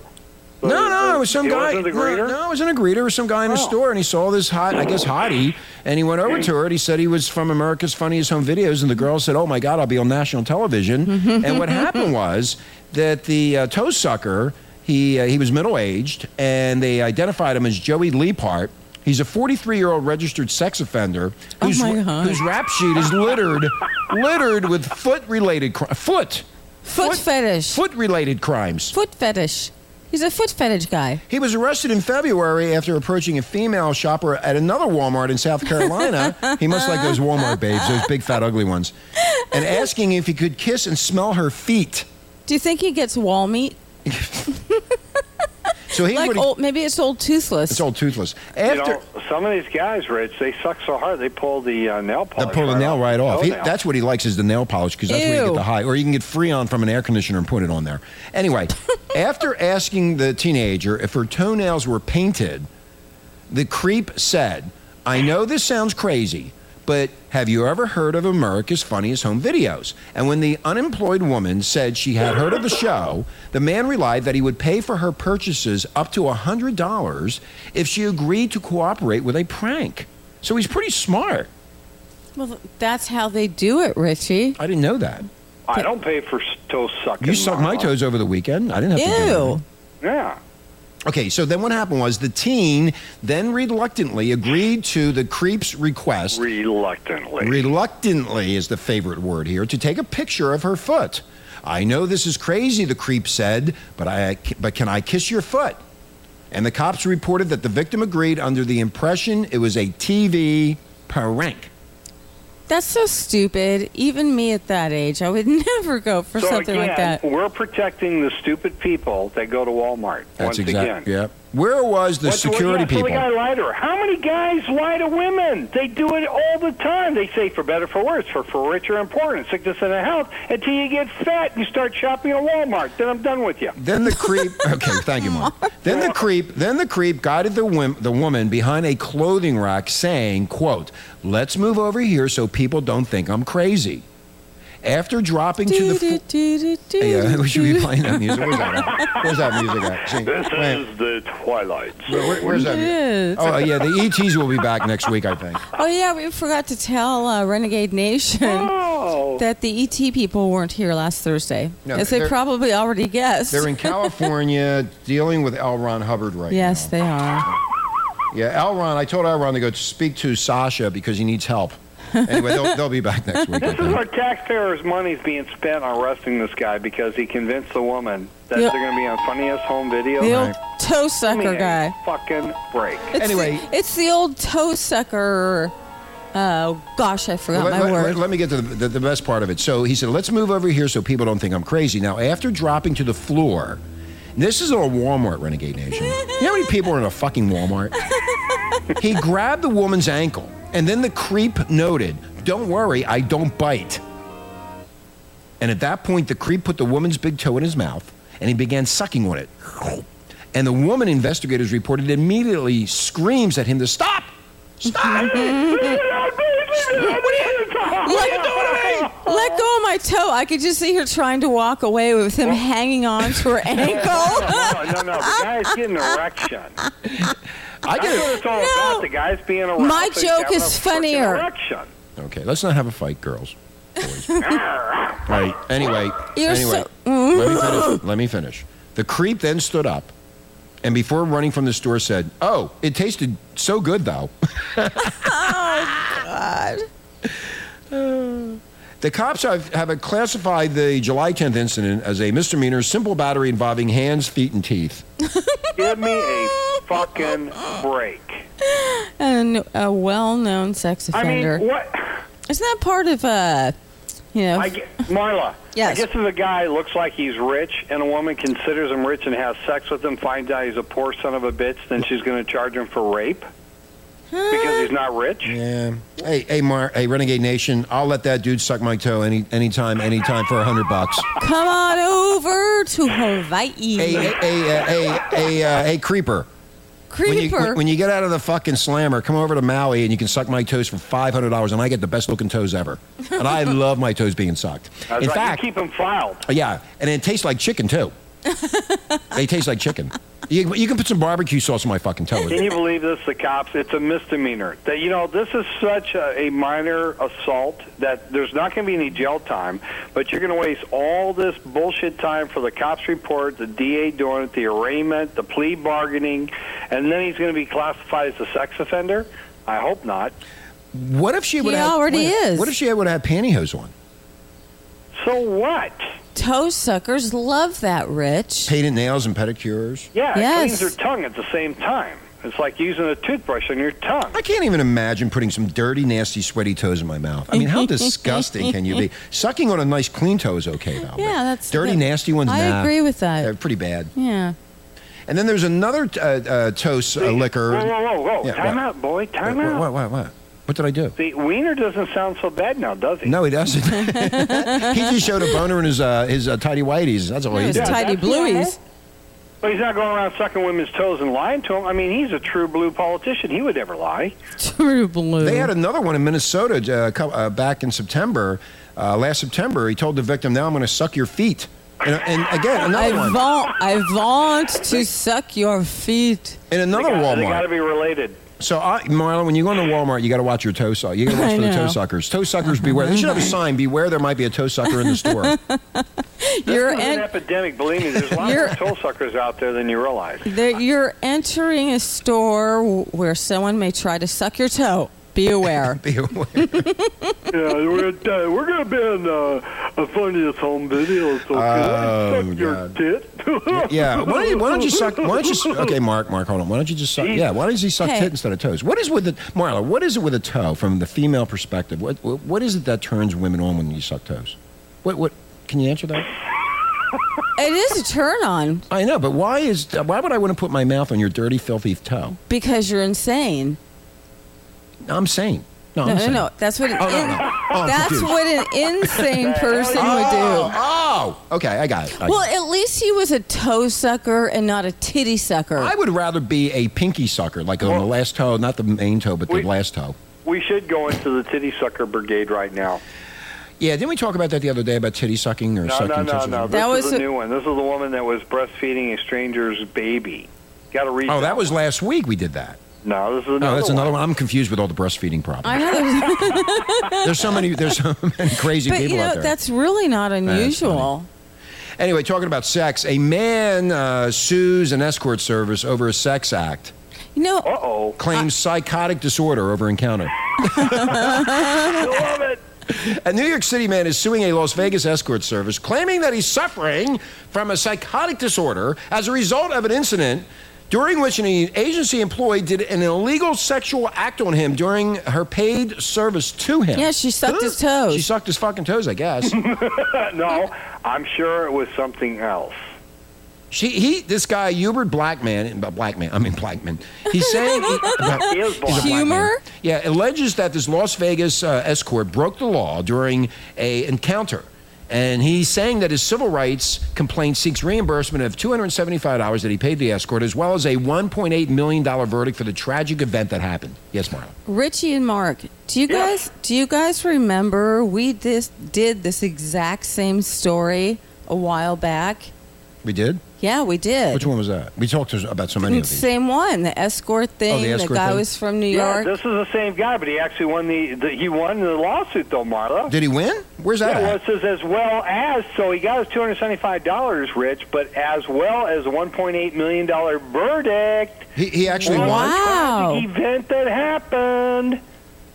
S7: the-
S4: No, no,
S7: the-
S4: it was some
S7: he
S4: guy.
S7: Wasn't the
S4: no,
S7: greeter?
S4: no, it wasn't a greeter. It was some guy in the
S7: Oh.
S4: store, and he saw this hot, I guess, hottie, and he went over to her. and He said he was from America's Funniest Home Videos, and the girl said, "Oh my God, I'll be on national television."
S7: Mm-hmm.
S4: and what happened was that the uh, toe sucker, he uh, he was middle aged, and they identified him as Joey Leapart. He's a 43 year old registered sex offender
S5: Oh
S4: whose,
S5: my God.
S4: whose rap sheet is littered littered with foot related cri- foot
S5: Foot,
S4: Foot-
S5: fetish.
S4: foot related crimes.
S5: Foot fetish. He's a foot fetish guy.
S4: He was arrested in February after approaching a female shopper at another Walmart in South Carolina. he must like those Walmart babes, those big fat ugly ones. And asking if he could kiss and smell her feet.
S5: Do you think he gets wall meat?
S4: So he
S5: Like
S4: would
S5: old, maybe it's old toothless.
S4: it's all toothless.
S7: You
S4: After
S7: know, some of these guys, Rich, they suck so hard they pull the uh, nail
S4: they
S7: polish.
S4: pull the nail right off. Oh, He,
S7: Toenail.
S4: that's what he likes is the nail polish because that's where you get
S5: Ew.
S4: the high. Or you can get Freon from an air conditioner and put it on there. Anyway, after asking the teenager if her toenails were painted, the creep said, I know this sounds crazy, but have you ever heard of America's Funniest Home Videos? And when the unemployed woman said she had heard of the show, the man relied that he would pay for her purchases up to $100 if she agreed to cooperate with a prank. So he's pretty smart.
S5: well, that's how they do it, Richie.
S4: I didn't know that.
S7: I don't pay for s- toe sucking.
S4: You sucked my
S7: Marla.
S4: toes over the weekend. I didn't have to do anything.
S5: Ew.
S7: Yeah.
S4: Okay, so then what happened was the teen then reluctantly agreed to the creep's request.
S7: Reluctantly.
S4: Reluctantly is the favorite word here to take a picture of her foot. I know this is crazy, the creep said, but I but can I kiss your foot? And the cops reported that the victim agreed under the impression it was a TV prank.
S5: That's so stupid. Even me at that age, I would never go for
S7: so
S5: something
S7: again,
S5: like that.
S7: we're protecting the stupid people that go to Walmart. once again.
S4: Yeah. Where was the
S7: What-
S4: security
S7: what, yeah, so
S4: people?
S7: The guy lied to her. How many guys lie to women? They do it all the time. They say for better, for worse, for for richer and poorer, and sickness and health, until you get fat and you start shopping at Walmart. Then I'm done with you.
S4: Then the creep. Okay, thank you, Mark. Then the creep. Then the creep guided the wom- the woman behind a clothing rack, saying, "quote Let's move over here so people don't think I'm crazy." After dropping to the. fo- yeah, we should be playing that music. Where's that, where's that music at? See, wait,
S7: the Twilight.
S4: where- where- where's that? mu-
S5: Yes.
S4: Oh yeah, the ETs will be back next week, I think.
S5: Oh yeah, we forgot to tell uh, Renegade Nation
S7: Oh.
S5: that the ET people weren't here last Thursday,
S4: No,
S5: as they
S4: they're-
S5: probably already guessed.
S4: They're in California dealing with L. Ron Hubbard right
S5: yes,
S4: now.
S5: they are.
S4: Yeah, L. Ron. I told L. Ron to go speak to Sasha because he needs help. Anyway, they'll, they'll be back next week. I
S7: This is
S4: think.
S7: our taxpayers' money is being spent on arresting this guy because he convinced the woman that
S5: Yeah.
S7: they're going to be on funniest home video.
S5: The old toe sucker guy.
S7: Fucking break.
S5: It's
S4: Anyway.
S5: the, it's the old toe sucker. Oh gosh, I forgot
S4: Let-
S5: my
S4: let,
S5: word.
S4: let- let me get to the, the, the best part of it. So he said, let's move over here so people don't think I'm crazy. Now, after dropping to the floor, this is a Walmart Renegade Nation. You know how many people are in a fucking Walmart? he grabbed the woman's ankle, and then the creep noted, don't worry, I don't bite. And at that point, the creep put the woman's big toe in his mouth, and he began sucking on it. And the woman investigators reported immediately screams at him to stop. Stop!
S5: Let, let go of my toe. I could just see her trying to walk away with him hanging on to her ankle.
S7: No, no, no. The guy's getting an erection.
S4: I
S7: That's
S4: get it.
S7: what it's all about. The guy's being aroused.
S5: My
S7: so he's
S5: joke
S7: having
S5: is
S7: a frickin'
S5: funnier.
S7: Erection.
S4: Okay, let's not have a fight, girls. Boys. All right. Anyway,
S5: You're
S4: anyway,
S5: so-
S4: let me finish. Let me finish. The creep then stood up, and before running from the store, said, "Oh, it tasted so good, though."
S5: God.
S4: The cops have, have classified the July 10th incident as a misdemeanor simple battery involving hands, feet, and teeth.
S7: Give me a fucking break.
S5: And a well-known sex
S7: I mean,
S5: offender.
S7: what?
S5: Isn't that part of uh, you know?
S7: I ge- Marla.
S5: Yes.
S7: I guess if a guy looks like he's rich and a woman considers him rich and has sex with him, finds out he's a poor son of a bitch, then she's going to charge him for rape
S5: Uh,
S7: because he's not rich.
S4: Yeah. Hey, hey, Mar, hey, Renegade Nation, I'll let that dude suck my toe any anytime, anytime for a hundred bucks.
S5: Come on over to Hawaii.
S4: Hey, hey, hey, uh, hey, hey, uh, hey, creeper. When you,
S5: Creeper.
S4: when- when you get out of the fucking slammer, come over to Maui and you can suck my toes for five hundred dollars, and I get the best looking toes ever. And I love my toes being sucked.
S7: I was
S4: In
S7: like,
S4: fact,
S7: you keep him filed.
S4: Yeah, and it tastes like chicken too. they taste like chicken. You, you can put some barbecue sauce on my fucking toe.
S7: Can you believe this? The cops. It's a misdemeanor. That you know, this is such a, a minor assault that there's not going to be any jail time, but you're going to waste all this bullshit time for the cops report, the DA doing it, the arraignment, the plea bargaining, and then he's going to be classified as a sex offender. I hope not.
S4: What if she would?
S5: He
S4: have,
S5: already
S4: what,
S5: is.
S4: What if she would have pantyhose on?
S7: So what?
S5: Toe suckers love that, Rich.
S4: Painted nails and pedicures.
S7: Yeah,
S5: Yes.
S7: it cleans your tongue at the same time. It's like using a toothbrush on your tongue.
S4: I can't even imagine putting some dirty, nasty, sweaty toes in my mouth. I mean, how disgusting can you be? Sucking on a nice, clean toe is okay, though. but
S5: Yeah, that's
S4: dirty,
S5: that-
S4: nasty ones.
S5: I
S4: nah.
S5: agree with that.
S4: They're pretty bad.
S5: Yeah.
S4: And then there's another uh, uh, toast uh, liquor.
S7: Whoa, whoa, whoa, whoa!
S4: Yeah,
S7: time
S4: what?
S7: out, boy. Time
S4: What,
S7: out.
S4: what? What? What? What did I do?
S7: The wiener doesn't sound so bad now, does he?
S4: No, he doesn't. he just showed a boner in his uh, his uh, tidy whities. That's all he
S5: Those
S4: did.
S5: tidy
S7: that's all right.
S5: blueies.
S7: But he's not going around sucking women's toes and lying to them. I mean, he's a true blue politician. He would never lie.
S5: True blue.
S4: They had another one in Minnesota uh, co- uh, back in September. Uh, last September, he told the victim, "Now I'm going to suck your feet." And, and again,
S5: I
S4: another one.
S5: want, I want to suck your feet.
S4: In another
S7: they got,
S4: Walmart.
S7: to be related.
S4: so, I, Marlon, when you go into Walmart, you got to watch your toe suck. You got to watch
S5: I
S4: for the toe
S5: know.
S4: suckers. Toe suckers, beware. They should have a sign: "Beware, there might be a toe sucker in the store."
S5: You're
S7: It's an
S5: en-
S7: epidemic. Believe me, there's a lot
S5: You're-
S7: more toe suckers out there than you realize.
S5: there, you're entering a store w- where someone may try to suck your toe. Be aware.
S4: Beware.
S7: yeah, we're, uh, we're going to be in uh, a funniest home video. So
S4: I Oh, suck your God.
S7: tit?
S4: yeah. Why don't, you, why don't you suck? Why don't you? s- Okay, Mark. Mark, hold on. Why don't you just suck? Yeah. Why does he suck
S5: Hey.
S4: tit instead of toes? What is with the Marla? What is it with a toe from the female perspective? What What, what is it that turns women on when you suck toes? What What can you answer that?
S5: it is a turn on
S4: I know, but why is why would I want to put my mouth on your dirty, filthy toe?
S5: because you're insane.
S4: I'm sane. No,
S5: No,
S4: I'm
S5: no,
S4: sane.
S5: no. That's what an
S4: Oh, no,
S5: in-
S4: no. Oh, I'm
S5: that's
S4: confused.
S5: what an insane person would do.
S4: Oh, oh, okay, I got it. I,
S5: Well, at least he was a toe sucker and not a titty sucker.
S4: I would rather be a pinky sucker, like on the last toe, not the main toe, but the
S7: We-
S4: last toe.
S7: We should go into the titty sucker brigade right now.
S4: Yeah, didn't we talk about that the other day about titty sucking or
S7: No,
S4: sucking?
S7: no, no,
S4: tits or
S7: no.
S4: something?
S7: This
S5: That
S7: is
S5: was
S7: a
S5: a-
S7: new one. This is the woman that was breastfeeding a stranger's baby. Got to read.
S4: Oh, that was last week we did that.
S7: No, this is another
S4: No, that's
S7: one.
S4: another one. I'm confused with all the breastfeeding
S5: I
S4: problems.
S5: know, there's-
S4: There's so many. There's so many crazy
S5: but
S4: people
S5: you
S4: out
S5: know
S4: there.
S5: that's really not unusual.
S4: Anyway, talking about sex, a man uh, sues an escort service over a sex act,
S5: You know,
S7: Uh oh.
S4: claims psychotic disorder over encounter.
S7: I love it.
S4: A New York City man is suing a Las Vegas escort service, claiming that he's suffering from a psychotic disorder as a result of an incident during which an agency employee did an illegal sexual act on him during her paid service to him.
S5: yeah, she sucked his toes.
S4: She sucked his fucking toes, I guess.
S7: No, I'm sure it was something else.
S4: she, he, this guy, Hubert Blackman, Blackman, I mean Blackman. He's saying he,
S7: He is
S4: He's a
S7: black.
S4: black
S5: Humor?
S4: man. Yeah, alleges that this Las Vegas uh, escort broke the law during a encounter. And he's saying that his civil rights complaint seeks reimbursement of $275 that he paid the escort, as well as a $1.8 million verdict for the tragic event that happened. Yes, Marla.
S5: Richie and Mark, do you
S7: Yeah.
S5: guys do you guys remember we this, did this exact same story a while back?
S4: We did?
S5: Yeah, we did.
S4: Which one was that? We talked to- about so many of
S5: It's the
S4: these. Oh,
S5: same one, the escort thing.
S4: escort
S5: guy
S4: thing?
S5: was from New
S7: yeah,
S5: York.
S7: this is the same guy, but he actually won the, the he won the lawsuit though, Marla.
S4: Did he win? Where's that?
S7: Yeah, well,
S4: at?
S7: it says as well as, so he got his two hundred seventy-five dollars, Rich, but as well as one point eight million dollar verdict.
S4: He, he actually
S7: on
S4: won.
S7: the
S5: Wow.
S7: tragic event that happened.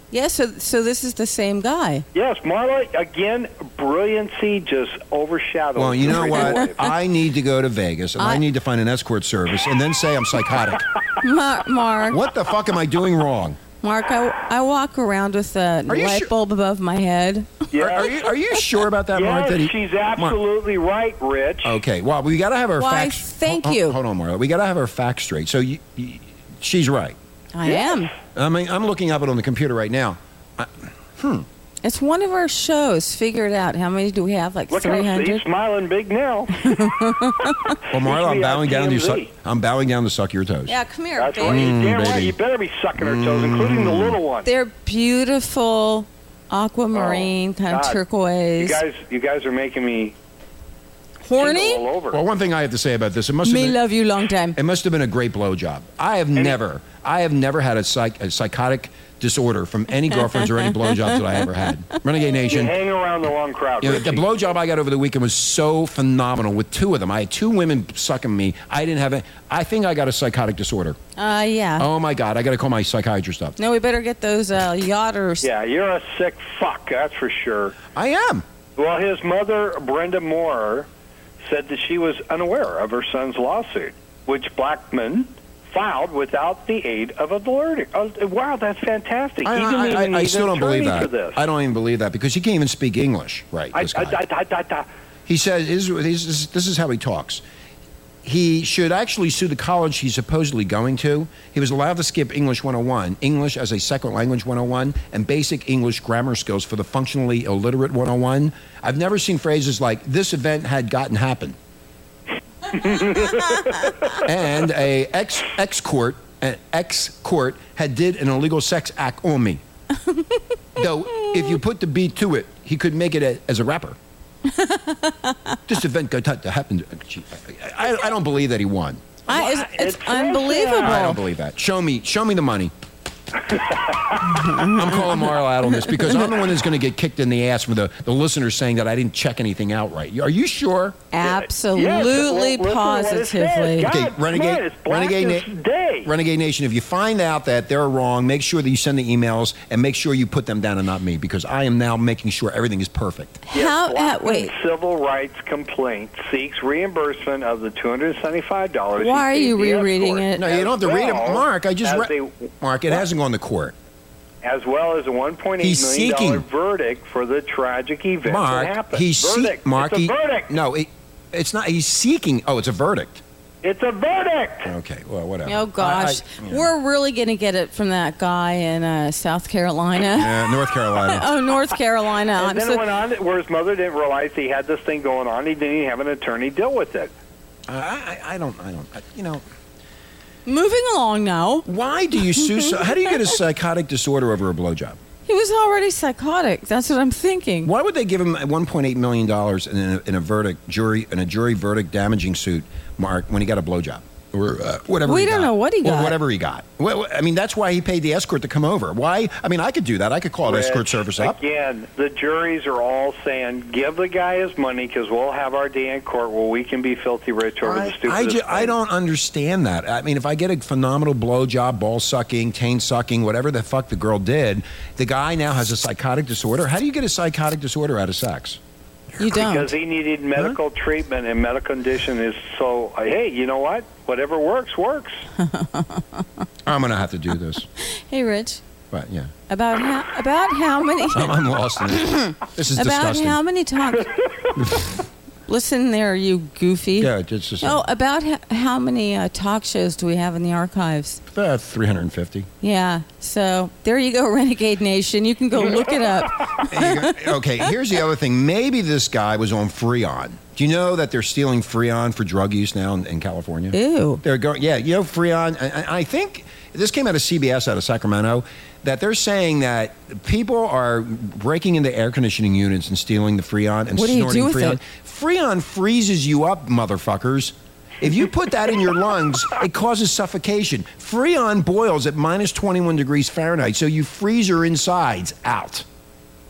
S5: Yeah, so so this is the same guy.
S7: Yes, Marla. Again, brilliancy just overshadowed.
S4: Well, you
S7: the
S4: know
S7: radio
S4: what?
S7: wave.
S4: I need to go to Vegas and I,
S5: I-
S4: need to find an escort service and then say I'm psychotic.
S5: Mar- Mark,
S4: what the fuck am I doing wrong?
S5: Mark, I, I walk around with a
S4: Are you
S5: light
S4: sure-
S5: bulb above my head.
S7: Yes,
S4: Are, are you, are you sure about that, Mark?
S7: yes,
S4: That he,
S7: she's
S4: Mark,
S7: absolutely right, Rich.
S4: Okay. Well, we got to have our
S5: Why,
S4: facts.
S5: thank
S4: Hol- hol-
S5: you.
S4: Hold on, Marla. We got to have our facts straight. So you, you, she's right.
S5: I am.
S4: I mean, I'm looking up it on the computer right now.
S5: It's one of our shows. Figure it out. How many do we have? Like
S7: Look at him.
S5: 300?
S7: He's smiling big now.
S4: Well, Marla, I'm
S7: me on
S4: bowing down to you. Suck,
S7: TMZ.
S4: I'm bowing down to suck your toes.
S5: Yeah, come here,
S7: That's
S5: baby.
S7: right. You're damn right.
S4: Mm, baby.
S7: You better be sucking her toes, including the little one.
S5: They're beautiful aquamarine, kind
S7: Oh, God.
S5: of
S7: You
S5: turquoise.
S7: guys, you guys are making me tingle
S5: Horny?
S7: all over.
S4: Well, one thing I have to say about this, it must have
S5: Me
S4: been,
S5: love you long time.
S4: it must have been a great blowjob. I have never, I have never had a, psych, a psychotic disorder from any girlfriends or any blowjobs that I ever had. Renegade
S7: you
S4: Nation.
S7: hang around the wrong crowd.
S4: You know, the
S7: Richie.
S4: blowjob I got over the weekend was so phenomenal with two of them. I had two women sucking me. I didn't have it. I think I got a psychotic disorder.
S5: Uh, yeah.
S4: Oh my God! I got to call my psychiatrist up.
S5: No, we better get those uh, yachters.
S7: yeah, you're a sick fuck. That's for sure.
S4: I am.
S7: Well, his mother, Brenda Moore, said that she was unaware of her son's lawsuit, which Blackman filed without the aid of a lawyer. Oh, wow, that's fantastic.
S4: I,
S7: he didn't
S4: I,
S7: even
S4: I, I
S7: need
S4: still
S7: an
S4: don't believe
S7: attorney
S4: that.
S7: For this.
S4: I don't even believe that because he can't even speak English. Right.
S7: I,
S4: this
S7: I,
S4: guy.
S7: I, I, I, I,
S4: He says, this is- this is- this is how he talks. He should actually sue the college he's supposedly going to. He was allowed to skip English 101, English as a second language 101, and basic English grammar skills for the functionally illiterate 101. I've never seen phrases like, this event had gotten happened. and a ex ex court an ex court had did an illegal sex act on me. Though if you put the beat to it, he could make it a, as a rapper. this event got to happen. I, I don't believe that he won.
S5: I, it's it's
S7: It's
S5: unbelievable.
S4: I don't believe that. Show me, show me the money. I'm calling Marla out on this because I'm the one that's going to get kicked in the ass for the, the listener saying that I didn't check anything out right. Are you sure?
S5: Absolutely,
S7: Yes, well, listen to what it
S5: positively.
S4: Okay,
S7: says. God,
S4: Renegade,
S7: man, it's black
S4: Renegade,
S7: as
S4: Na-
S7: day.
S4: Renegade Nation. If you find out that they're wrong, make sure that you send the emails and make sure you put them down and not me because I am now making sure everything is perfect.
S5: How? Uh, wait.
S7: Civil rights complaint seeks reimbursement of the two hundred seventy-five dollars.
S5: Why are you rereading it?
S4: No, you don't have to read it, Mark. I just
S7: as
S4: read.
S7: a-
S4: Mark, it hasn't gone to court.
S7: As well as a one point eight
S4: He's
S7: million dollar
S4: seeking.
S7: verdict for the tragic event that
S4: Mark,
S7: happened.
S4: he's
S7: verdict.
S4: seek- Mark.
S7: it's a
S4: he-
S7: verdict.
S4: No, it, it's not. He's seeking. Oh, it's a verdict.
S7: It's a verdict.
S4: Okay. Well, whatever.
S5: Oh gosh,
S4: I- I- yeah.
S5: we're really gonna get it from that guy in uh, South Carolina.
S4: Yeah, North Carolina.
S5: oh, North Carolina. I'm
S7: and then
S5: so-
S7: it went on where his mother didn't realize he had this thing going on. He didn't even have an attorney deal with it.
S4: I, I, I don't. I don't. I, you know.
S5: moving along now.
S4: Why do you sue? so- how do you get a psychotic disorder over a blowjob?
S5: He was already psychotic. That's what I'm thinking.
S4: Why would they give him 1.8 million dollars in a, in a verdict jury in a jury verdict damaging suit, Mark, when he got a blowjob or uh, whatever?
S5: We
S4: he
S5: don't
S4: got.
S5: know what he
S4: Or
S5: got.
S4: whatever he got. Well, I mean, that's why he paid the escort to come over. Why? I mean, I could do that. I could call an
S7: Rich,
S4: escort service up.
S7: Again, the juries are all saying, give the guy his money because we'll have our day in court where we can be filthy rich over the
S4: I,
S7: stupid.
S4: I ju- I don't understand that. I mean, if I get a phenomenal blowjob, ball sucking, taint sucking, whatever the fuck the girl did, the guy now has a psychotic disorder. How do you get a psychotic disorder out of sex?
S5: You
S7: Because
S5: don't.
S7: he needed medical treatment, and medical condition is so. Hey, you know what? Whatever works, works.
S4: I'm gonna have to do this,
S5: Hey, Rich.
S4: but yeah,
S5: About how? About how many?
S4: I'm, I'm lost. In this. this is
S5: about
S4: disgusting.
S5: how many times? Listen there, you goofy.
S4: yeah, it's just
S5: Oh, about h- how many uh, talk shows do we have in the archives?
S4: uh, 350.
S5: Yeah. So there you go, Renegade Nation. You can go look it up.
S4: And you go- okay, here's the other thing. Maybe this guy was on Freon. Do you know that they're stealing Freon for drug use now in, in California?
S5: Ew.
S4: They're going, yeah, you know, Freon. I- I, I think this came out of CBS out of Sacramento that they're saying that people are breaking into air conditioning units and stealing the Freon and
S5: What do you do
S4: snorting
S5: with
S4: Freon.
S5: it?
S4: Freon freezes you up, motherfuckers. If you put that in your lungs, it causes suffocation. Freon boils at minus 21 degrees Fahrenheit, so you freeze your insides out.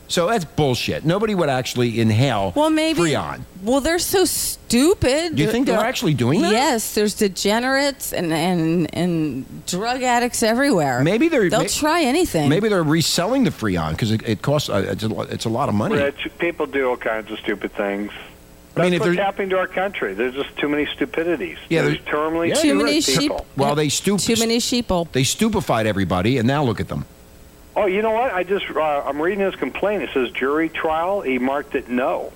S4: So that's bullshit. Nobody would actually inhale
S5: Well, maybe.
S4: Freon.
S5: Well, they're so stupid.
S4: Do you think they're actually doing that?
S5: Yes, there's degenerates and and and drug addicts everywhere.
S4: Maybe they're
S5: They'll
S4: may-
S5: try anything.
S4: Maybe they're reselling the Freon because it, it costs. Uh, it's, a, lo- it's a lot of money.
S7: Rich, people do all kinds of stupid things.
S4: I
S7: That's
S4: mean, if
S7: what's
S4: they're-
S7: happening to our country. There's just too many stupidities.
S4: Yeah,
S7: there's
S4: there's-
S7: terminally
S4: Yeah,
S5: too
S7: sick
S5: many sheep.
S7: people.
S4: Well, they stup-
S5: Too many sheeple.
S4: they stupefied everybody, and now look at them.
S7: Oh, you know what? I just uh, I'm reading his complaint. It says jury trial. He marked it no.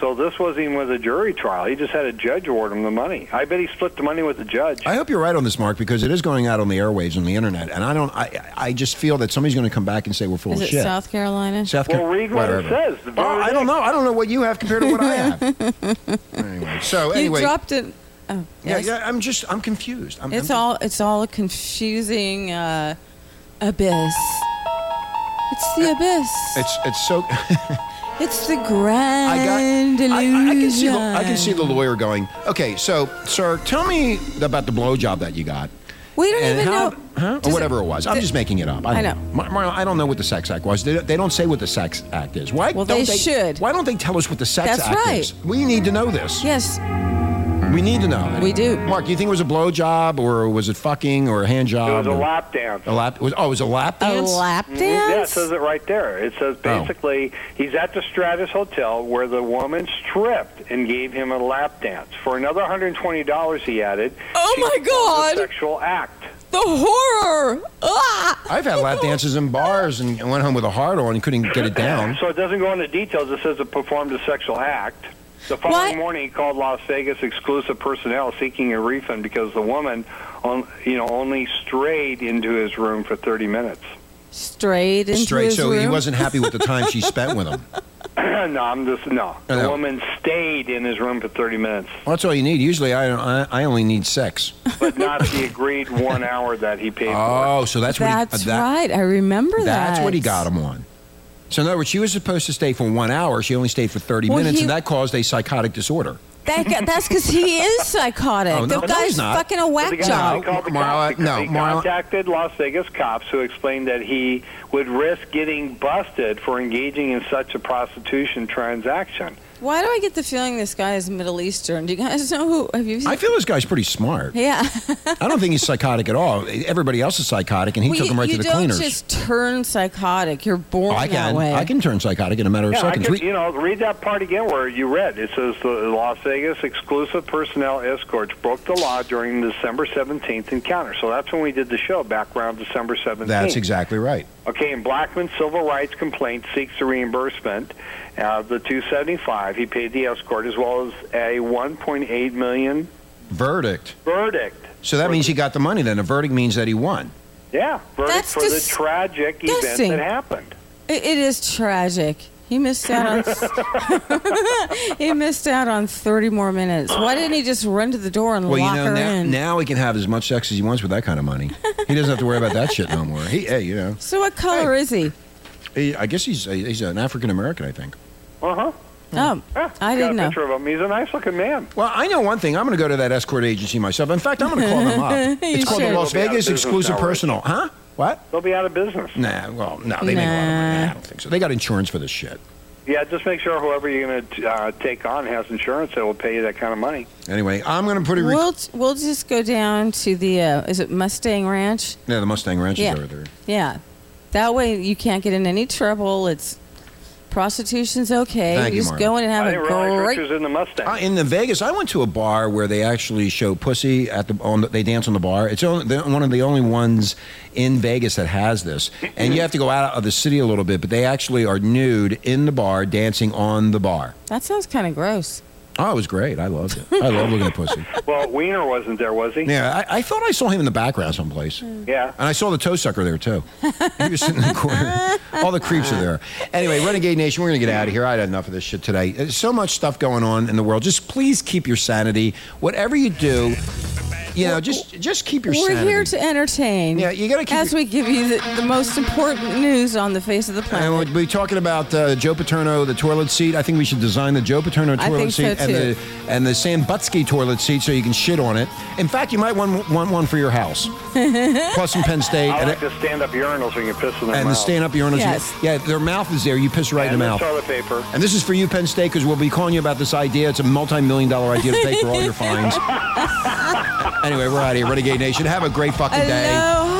S7: So this wasn't even with a jury trial. He just had a judge award him the money. I bet he split the money with the judge.
S4: I hope you're right on this, Mark, because it is going out on the airwaves and the internet, and I don't. I I just feel that somebody's going to come back and say we're full
S5: Is
S4: of
S5: it
S4: shit.
S5: South Carolina?
S4: South
S7: well,
S4: Car-
S7: read what it
S4: whatever.
S7: says. The
S4: Well, I
S7: verdict.
S4: don't know. I don't know what you have compared to what I have. anyway, so anyway,
S5: you dropped it. Oh,
S4: yeah,
S5: yes.
S4: yeah, I'm just I'm confused. I'm,
S5: It's
S4: I'm-
S5: all it's all a confusing uh, abyss. It's
S4: Uh,
S5: the abyss.
S4: It's it's so.
S5: It's the
S4: I
S5: grand
S4: got.
S5: illusion.
S4: I, I can see. The, I can see the lawyer going. Okay, so sir, tell me about the blowjob that you got.
S5: We don't
S4: and
S5: even
S4: how-
S5: know.
S4: huh? or
S5: Does
S4: whatever it was. I'm
S5: the-
S4: just making it up.
S5: I
S4: don't Mar- Mar- I don't know what the Sex Act was. They, they don't say what the Sex Act is. Why
S5: Well,
S4: don't
S5: they should.
S4: Why don't they tell us what the Sex
S5: That's
S4: Act
S5: right.
S4: is? We need to know this.
S5: Yes,
S4: We need to know.
S5: We do.
S4: Mark, do you think it was a blowjob or was it fucking or a hand job?
S7: It was a
S4: or-
S7: lap dance. Mm-hmm.
S4: A lap. Was, Um, oh, it was a lap
S5: a
S4: dance.
S5: lap dance.
S7: Yeah, it says it right there. It says
S4: Oh.
S7: basically he's at the Stratus Hotel where the woman stripped and gave him a lap dance for another $120. He added.
S5: Oh,
S7: she
S5: my
S7: performed a
S5: God.
S7: Sexual act.
S5: The horror! Ah!
S4: I've had lap dances in bars and and went home with a hard on and couldn't get it down.
S7: So it doesn't go into details. It says it performed a sexual act. The
S5: What?
S7: following morning, he called Las Vegas exclusive personnel seeking a refund because the woman, on, you know, only strayed into his room for 30 minutes.
S5: Straight into
S4: Straight.
S5: his
S4: So he
S5: room.
S4: wasn't happy with the time she spent with him.
S7: no, I'm just no. The
S4: No.
S7: woman stayed in his room for 30 minutes,
S4: Well, that's all you need. Usually, I I, I only need sex.
S7: but not the agreed one hour that he paid for.
S4: Oh, so that's what.
S5: That's
S4: he, that-
S5: right. I remember that.
S4: That's what he got him on. So in other words, she was supposed to stay for one hour. She only stayed for thirty
S5: Well,
S4: minutes,
S5: he-
S4: and that caused a psychotic disorder.
S5: That guy, that's because he is psychotic.
S4: Oh, no,
S5: the
S4: no,
S5: guy's
S4: he's not.
S5: fucking a
S7: But the
S5: whack
S7: guy
S5: job.
S7: called the
S4: Marla,
S7: cops because
S4: no,
S7: he
S4: Marla-
S7: contacted Las Vegas cops who explained that he would risk getting busted for engaging in such a prostitution transaction.
S5: Why do I get the feeling this guy is Middle Eastern? Do you guys know who? Have you?
S4: I feel this guy's pretty smart.
S5: yeah.
S4: I don't think he's psychotic at all. Everybody else is psychotic, and he
S5: Well,
S4: took
S5: you,
S4: him right
S5: you
S4: to the
S5: don't
S4: cleaners.
S5: just turn psychotic. You're born
S4: Oh, I
S5: that
S4: can.
S5: way.
S4: I can turn psychotic in a matter of
S7: Yeah, I
S4: seconds.
S7: could,
S4: We-
S7: you know, read that part again where you read. It says the Las Vegas exclusive personnel escorts broke the law during the December 17th encounter. So that's when we did the show back around December 17th.
S4: that's exactly right.
S7: Okay, and Blackman's civil rights complaint seeks the reimbursement of the 275 he paid the escort as well as a 1.8 million
S4: Verdict.
S7: verdict.
S4: So that means he got the money. Then a verdict means that he won.
S7: Yeah, verdict
S5: That's
S7: for
S5: dis-
S7: the tragic
S5: disgusting.
S7: event that happened.
S5: It, it is tragic. He missed out on. he missed out on thirty more minutes. Why didn't he just run to the door and
S4: Well, you
S5: lock
S4: know
S5: her
S4: now,
S5: in?
S4: now he can have as much sex as he wants with that kind of money. he doesn't have to worry about that shit no more. He, hey, you know,
S5: so what color is he?
S4: he, I guess he's he's an African American. I think.
S7: Uh huh.
S5: Oh, I didn't
S7: got a
S5: know.
S7: picture of him. He's a nice looking man.
S4: Well, I know one thing. I'm going to go to that escort agency myself. In fact, I'm going to call them up. It's called
S5: should.
S4: the Las
S7: They'll be out of
S4: Vegas
S7: business
S4: Exclusive
S7: now, right?
S4: Personal. Huh? What?
S7: They'll be out of business.
S4: Nah, well, no, they make a lot of money. Nah, I don't think so. They got insurance for this shit.
S7: Yeah, just make sure whoever you're going to uh, take on has insurance that will pay you that kind of money.
S4: Anyway, I'm going to put a. Re-
S5: We'll we'll just go down to the uh, is it Mustang Ranch?
S4: yeah, the Mustang Ranch
S5: Yeah.
S4: is over there.
S5: Yeah, that way you can't get in any trouble. It's prostitution's okay.
S4: Thank you,
S5: just
S4: Marla.
S5: go in and have
S7: I
S5: a
S7: didn't realize
S5: great.
S7: Rich was in the Mustang.
S4: Uh, in the Vegas, I went to a bar where they actually show pussy at the on. The, they dance on the bar. It's only, they're one of the only ones in Vegas that has this, and you have to go out of the city a little bit. But they actually are nude in the bar, dancing on the bar.
S5: That sounds kind of gross.
S4: Oh, it was great. I loved it. I love looking at pussy.
S7: Well, Wiener wasn't there, was he?
S4: Yeah, I, I thought I saw him in the background someplace. And
S7: Yeah.
S4: I saw the toe sucker there, too. He was sitting in the corner. All the creeps are there. Anyway, Renegade Nation, we're going to get out of here. I had enough of this shit today. There's so much stuff going on in the world. Just please keep your sanity. Whatever you do, you know, just just keep your
S5: We're
S4: sanity.
S5: here to entertain. Yeah,
S4: you gotta keep
S5: as we give you the, the most important news on the face of the planet.
S4: And we'll be talking about uh, Joe Paterno, the toilet seat. I think we should design the Joe Paterno
S5: I
S4: toilet
S5: think so,
S4: seat and
S5: too.
S4: the and the Sam Butsky toilet seat, so you can shit on it. In fact, you might want want one for your house, plus in Penn State,
S7: I
S4: and,
S7: like the stand-up urinals when you piss in their
S4: and the
S7: mouth.
S4: stand-up urinals.
S7: Yes.
S4: Yeah, their mouth is there. You piss right in
S7: and
S4: the
S7: the
S4: mouth.
S7: toilet paper.
S4: And this is for you, Penn State, because we'll be calling you about this idea. It's a multi-million dollar idea to pay for all your fines. anyway, we're out of here, Renegade Nation. Have a great fucking day.
S5: Aloha.